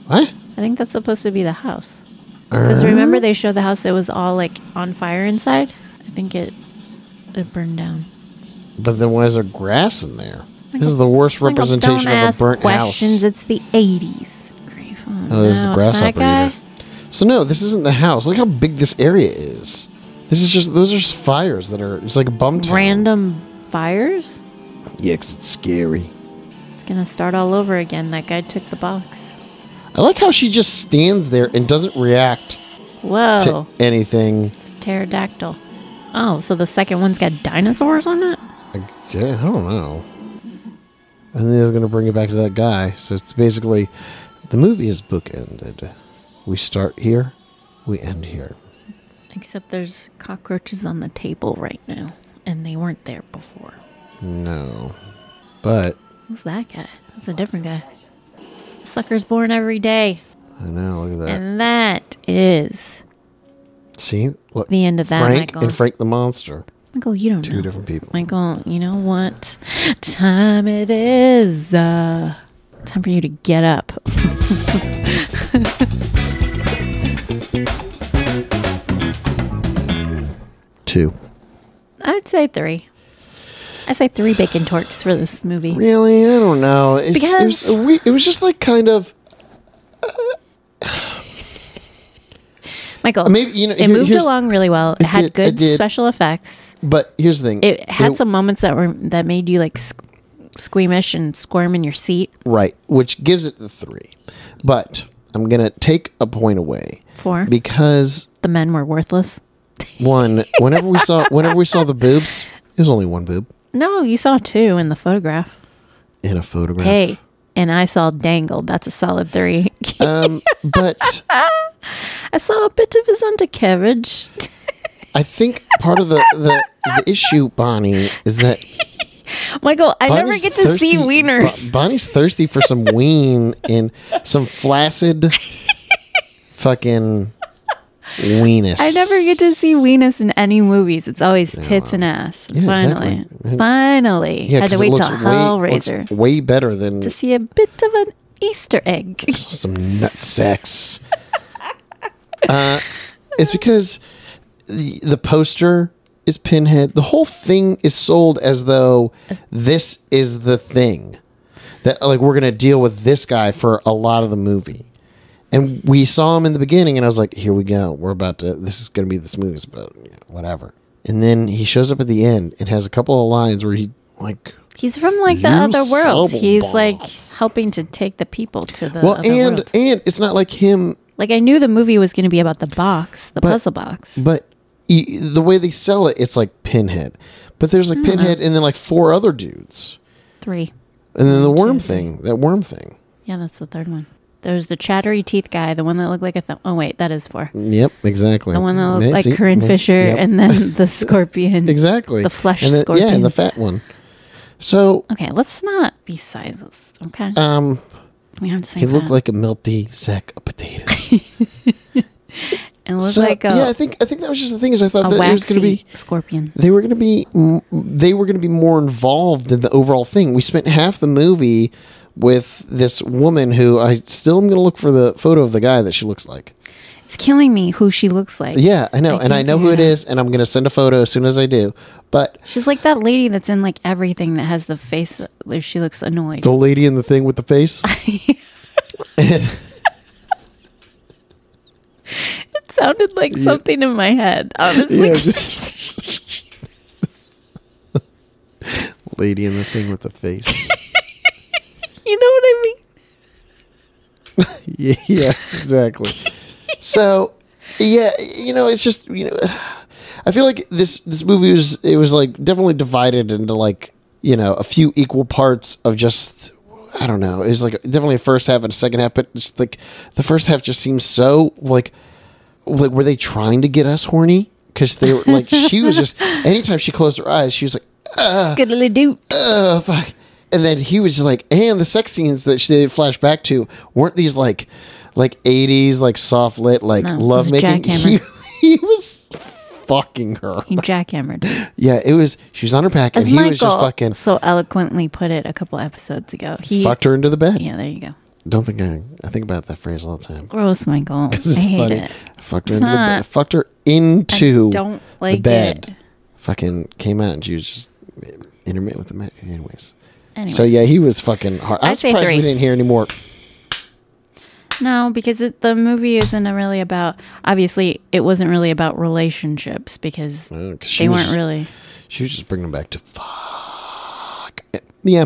Speaker 1: What?
Speaker 2: I think that's supposed to be the house.
Speaker 1: Uh-huh.
Speaker 2: Because remember, they showed the house that was all like on fire inside. I think it it burned down.
Speaker 1: But then why is there grass in there? This is the worst
Speaker 2: Michael,
Speaker 1: representation
Speaker 2: don't
Speaker 1: of a
Speaker 2: ask
Speaker 1: burnt
Speaker 2: questions.
Speaker 1: house.
Speaker 2: It's the '80s. Grief.
Speaker 1: Oh, this
Speaker 2: no,
Speaker 1: is
Speaker 2: it's that
Speaker 1: grasshopper
Speaker 2: guy.
Speaker 1: eater. So no, this isn't the house. Look how big this area is. This is just those are just fires that are. It's like a bum town.
Speaker 2: Random fires.
Speaker 1: Yeah, 'cause it's scary.
Speaker 2: It's gonna start all over again. That guy took the box.
Speaker 1: I like how she just stands there and doesn't react
Speaker 2: Whoa,
Speaker 1: to anything.
Speaker 2: it's pterodactyl. Oh, so the second one's got dinosaurs on it.
Speaker 1: I, gue- I don't know. And then they're going to bring it back to that guy. So it's basically the movie is bookended. We start here, we end here.
Speaker 2: Except there's cockroaches on the table right now, and they weren't there before.
Speaker 1: No. But
Speaker 2: Who's that guy? That's a different guy. Sucker's born every day.
Speaker 1: I know, look at that.
Speaker 2: And that is
Speaker 1: See? Look.
Speaker 2: the end of that,
Speaker 1: Frank
Speaker 2: Michael.
Speaker 1: and Frank the Monster.
Speaker 2: Michael, you don't
Speaker 1: Two
Speaker 2: know.
Speaker 1: different people.
Speaker 2: Michael, you know what time it is? Uh, time for you to get up.
Speaker 1: Two.
Speaker 2: I'd say three. I say three bacon torques for this movie.
Speaker 1: Really? I don't know. It's, it, was
Speaker 2: Because-
Speaker 1: a we- it was just like kind of.
Speaker 2: Michael,
Speaker 1: Maybe, you know,
Speaker 2: it
Speaker 1: here-
Speaker 2: moved
Speaker 1: here's-
Speaker 2: along really well. It, had
Speaker 1: did, it
Speaker 2: good
Speaker 1: did.
Speaker 2: special effects.
Speaker 1: But here's the thing.
Speaker 2: It had some moments that were that made you like squ- squeamish and squirm in your seat.
Speaker 1: Right, which gives it the three. But I'm going to take a point away.
Speaker 2: Four.
Speaker 1: Because
Speaker 2: The men were worthless.
Speaker 1: one whenever we saw whenever we saw the boobs it was only one boob
Speaker 2: No, you saw two in the photograph.
Speaker 1: in a photograph
Speaker 2: Hey, and I saw dangled. That's a solid three.
Speaker 1: um but
Speaker 2: I saw a bit of his undercarriage.
Speaker 1: i think part of the the, the issue bonnie is that
Speaker 2: Michael, I
Speaker 1: bonnie's
Speaker 2: never get to see
Speaker 1: thirsty-
Speaker 2: wieners.
Speaker 1: Bo- bonnie's thirsty for some ween and some flaccid fucking weenus
Speaker 2: I never get to see weenus in any movies. It's always tits and ass.
Speaker 1: Yeah,
Speaker 2: Finally,
Speaker 1: exactly. Yeah.
Speaker 2: finally, had
Speaker 1: 'cause
Speaker 2: to
Speaker 1: it
Speaker 2: wait till
Speaker 1: looks way, looks
Speaker 2: Hellraiser
Speaker 1: way better than
Speaker 2: to see a bit of an Easter egg.
Speaker 1: some nut sex. uh, it's because the, the poster is Pinhead. The whole thing is sold as though this is the thing that like we're gonna deal with this guy for a lot of the movie. And we saw him in the beginning, and I was like, "Here we go. We're about to. This is gonna be this movie's about you know, whatever." And then he shows up at the end and has a couple of lines where he like
Speaker 2: He's from like the
Speaker 1: You
Speaker 2: other world.
Speaker 1: son of a
Speaker 2: He's like
Speaker 1: boss.
Speaker 2: helping to take the people to the
Speaker 1: well,
Speaker 2: other
Speaker 1: and
Speaker 2: world.
Speaker 1: and it's not like him
Speaker 2: Like I knew the movie was going to be about the box, the
Speaker 1: But-
Speaker 2: puzzle box.
Speaker 1: But y- the way they sell it, it's like Pinhead. But there's
Speaker 2: Hmm.
Speaker 1: like Pinhead and then like four other dudes.
Speaker 2: Three.
Speaker 1: And then the worm thing, that worm thing.
Speaker 2: Yeah, that's the third one. There's the chattery teeth guy, the one that looked like a th- oh wait, that is four.
Speaker 1: Yep, exactly.
Speaker 2: The one that looked
Speaker 1: Yeah,
Speaker 2: like
Speaker 1: see?
Speaker 2: Corinne
Speaker 1: Yeah,
Speaker 2: Fisher,
Speaker 1: yep.
Speaker 2: and then the scorpion.
Speaker 1: exactly
Speaker 2: the flesh
Speaker 1: and then- Yeah,
Speaker 2: scorpion.
Speaker 1: and the fat one. So
Speaker 2: Okay, let's not be sizist. Okay,
Speaker 1: um,
Speaker 2: we have to say
Speaker 1: he
Speaker 2: that.
Speaker 1: looked like a melty sack of potatoes.
Speaker 2: it looked
Speaker 1: So,
Speaker 2: like a,
Speaker 1: yeah, I think I think that was just the thing is I thought that
Speaker 2: a
Speaker 1: it was
Speaker 2: waxy
Speaker 1: going to be
Speaker 2: scorpion.
Speaker 1: they were going to be m- they were going to be more involved in the overall thing. We spent half the movie with this woman who I still am going to look for the photo of the guy that she looks like.
Speaker 2: It's killing me who she looks like.
Speaker 1: Yeah, I know, and I
Speaker 2: can't
Speaker 1: know
Speaker 2: figure
Speaker 1: who it
Speaker 2: out.
Speaker 1: is, and I'm going to send a photo as soon as I do. But
Speaker 2: She's like that lady that's in like everything that has the face. that- Where she looks annoyed.
Speaker 1: the lady in the thing with the face,
Speaker 2: sounded like something in my head. Honestly,
Speaker 1: lady in the thing with the face.
Speaker 2: you know what I mean.
Speaker 1: yeah, exactly. so, yeah, you know, it's just you know, I feel like this this movie was it was like definitely divided into like you know a few equal parts of just I don't know. It was like definitely a first half and a second half, but just like the first half just seems so like like were they trying to get us horny? Because they were like she was just anytime she closed her eyes, she was like
Speaker 2: Skiddly doot.
Speaker 1: oh fuck and then he was just like and the sex scenes that she they flashed back to weren't these like like 80s like soft lit like
Speaker 2: No, it was
Speaker 1: love making he,
Speaker 2: jackhammer.
Speaker 1: he was fucking her
Speaker 2: He jackhammered.
Speaker 1: yeah it was she was on her back
Speaker 2: As
Speaker 1: and he
Speaker 2: Michael
Speaker 1: was just fucking
Speaker 2: so eloquently put it a couple episodes ago. He
Speaker 1: fucked her into the bed
Speaker 2: Yeah, there you go.
Speaker 1: don't think I, I think about that phrase all the time
Speaker 2: Gross, Michael. I
Speaker 1: this is
Speaker 2: hate
Speaker 1: funny
Speaker 2: it.
Speaker 1: fucked her
Speaker 2: It's
Speaker 1: into the
Speaker 2: not-
Speaker 1: bed fucked her into
Speaker 2: don't like
Speaker 1: the bed
Speaker 2: it.
Speaker 1: fucking came out and she was just intermittent with the man anyways
Speaker 2: Anyways.
Speaker 1: so yeah he was fucking hard i'm
Speaker 2: I'd say
Speaker 1: surprised
Speaker 2: three.
Speaker 1: we didn't hear any more
Speaker 2: No, because it, the movie isn't really about. Obviously, it wasn't really about relationships because
Speaker 1: uh, 'cause she
Speaker 2: they
Speaker 1: was
Speaker 2: weren't
Speaker 1: just-
Speaker 2: really.
Speaker 1: She was just bringing them back to fuck. Yeah.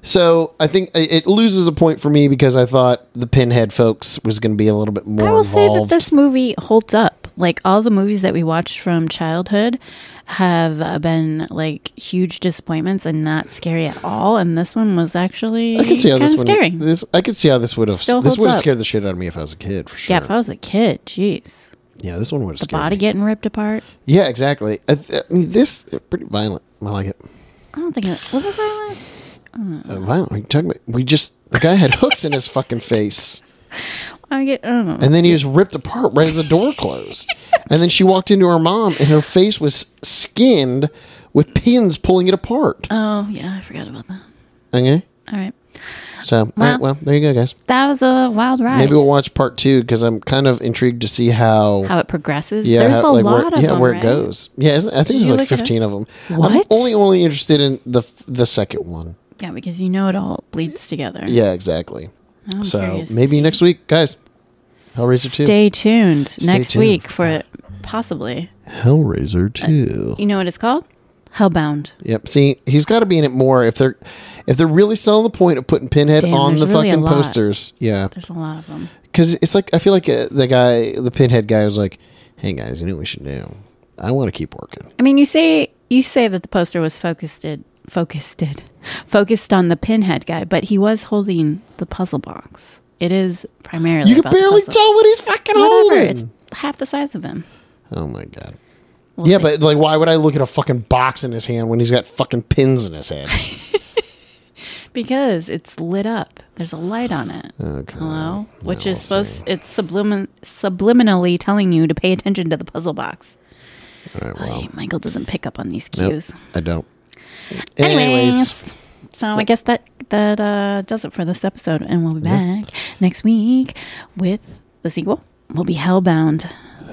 Speaker 1: So I think uh, it it loses a point for me because I thought the Pinhead folks was going to be a little bit more
Speaker 2: I will say that
Speaker 1: involved.
Speaker 2: this movie holds up. Like all the movies that we watched from childhood have uh, been like huge disappointments and not scary at all. And this one was actually
Speaker 1: I could see how
Speaker 2: kind
Speaker 1: this
Speaker 2: of
Speaker 1: one.
Speaker 2: scary.
Speaker 1: This I could see how this would have.
Speaker 2: Still
Speaker 1: This
Speaker 2: holds
Speaker 1: would have
Speaker 2: up.
Speaker 1: scared the shit out of me if I was a kid for sure.
Speaker 2: Yeah, if I was a kid, jeez,
Speaker 1: Yeah, this one would have
Speaker 2: the
Speaker 1: scared.
Speaker 2: body
Speaker 1: me.
Speaker 2: getting ripped apart.
Speaker 1: Yeah, exactly. I, th- I mean, this they're pretty violent. I like it.
Speaker 2: I don't think it was it violent.
Speaker 1: Uh, violent. What are you talking about? We just the guy had hooks in his fucking face.
Speaker 2: I get. I don't know.
Speaker 1: And then he was ripped apart right as the door closed. and then she walked into her mom, and her face was skinned with pins pulling it apart.
Speaker 2: oh yeah, I forgot about that.
Speaker 1: Okay.
Speaker 2: All right,
Speaker 1: So, all
Speaker 2: Well-
Speaker 1: right, well, there you go, guys.
Speaker 2: that was a wild ride.
Speaker 1: Maybe we'll watch part two because I'm kind of intrigued to see how.
Speaker 2: how it progresses.
Speaker 1: yeah,
Speaker 2: There's
Speaker 1: how-
Speaker 2: a
Speaker 1: like
Speaker 2: lot
Speaker 1: where,
Speaker 2: of
Speaker 1: yeah,
Speaker 2: them,
Speaker 1: where
Speaker 2: right?
Speaker 1: it goes. Yeah, isn't, I think
Speaker 2: Did
Speaker 1: there's
Speaker 2: you
Speaker 1: like
Speaker 2: look it up?
Speaker 1: 15 of them.
Speaker 2: What?
Speaker 1: I'm only only interested in the f- the second one.
Speaker 2: Yeah, because you know it all bleeds together.
Speaker 1: Yeah, exactly.
Speaker 2: I'm
Speaker 1: so
Speaker 2: curious to
Speaker 1: maybe
Speaker 2: see.
Speaker 1: next week, guys. Hellraiser
Speaker 2: Stay tuned next
Speaker 1: tuned.
Speaker 2: week for possibly.
Speaker 1: two. Hellraiser two.
Speaker 2: You know what it's called? Hellbound.
Speaker 1: Yep. See, he's got to be in it more if they're if they're really selling the point of putting Pinhead
Speaker 2: Damn,
Speaker 1: on the
Speaker 2: there's really a
Speaker 1: fucking
Speaker 2: lot.
Speaker 1: posters. Yeah,
Speaker 2: There's a lot of them.
Speaker 1: because it's like I feel like uh, the guy, the Pinhead guy, was like, "Hey guys, you know what we should do? I want to keep working."
Speaker 2: I mean, you say you say that the poster was focused focused focused on the pinhead guy, but he was holding the puzzle box. It is primarily
Speaker 1: You can
Speaker 2: about the
Speaker 1: barely
Speaker 2: puzzle.
Speaker 1: tell what he's fucking
Speaker 2: Whatever.
Speaker 1: holding.
Speaker 2: It's half the size of him.
Speaker 1: oh my god.
Speaker 2: We'll
Speaker 1: yeah,
Speaker 2: see.
Speaker 1: but like, why would I look at a fucking box in his hand when he's got fucking pins in his head?
Speaker 2: because it's lit up. There's a light on it.
Speaker 1: Okay.
Speaker 2: Hello, which
Speaker 1: Uh, we'll
Speaker 2: is supposed it's sublimin- subliminally telling you to pay attention to the puzzle box.
Speaker 1: All right, well,
Speaker 2: Hey, Michael doesn't pick up on these
Speaker 1: nope,
Speaker 2: cues.
Speaker 1: I don't.
Speaker 2: Anyways. So I guess that that uh, does it for this episode, and we'll be back next week with the sequel. We'll be Hellbound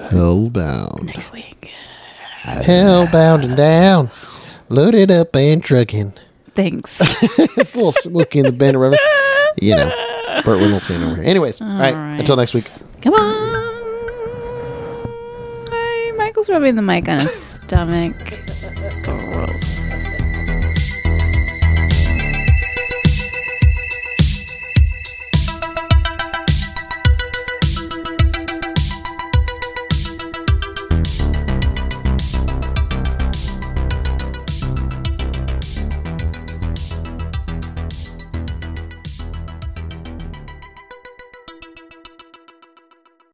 Speaker 1: hellbound,
Speaker 2: next week.
Speaker 1: hellbound and down, loaded up and trucking.
Speaker 2: Thanks.
Speaker 1: it's a little smoky in the band or whatever. You know, Burt Reynolds fan over here. Anyways, all right, Until next week.
Speaker 2: Come on. Hey, Michael's rubbing the mic on his stomach.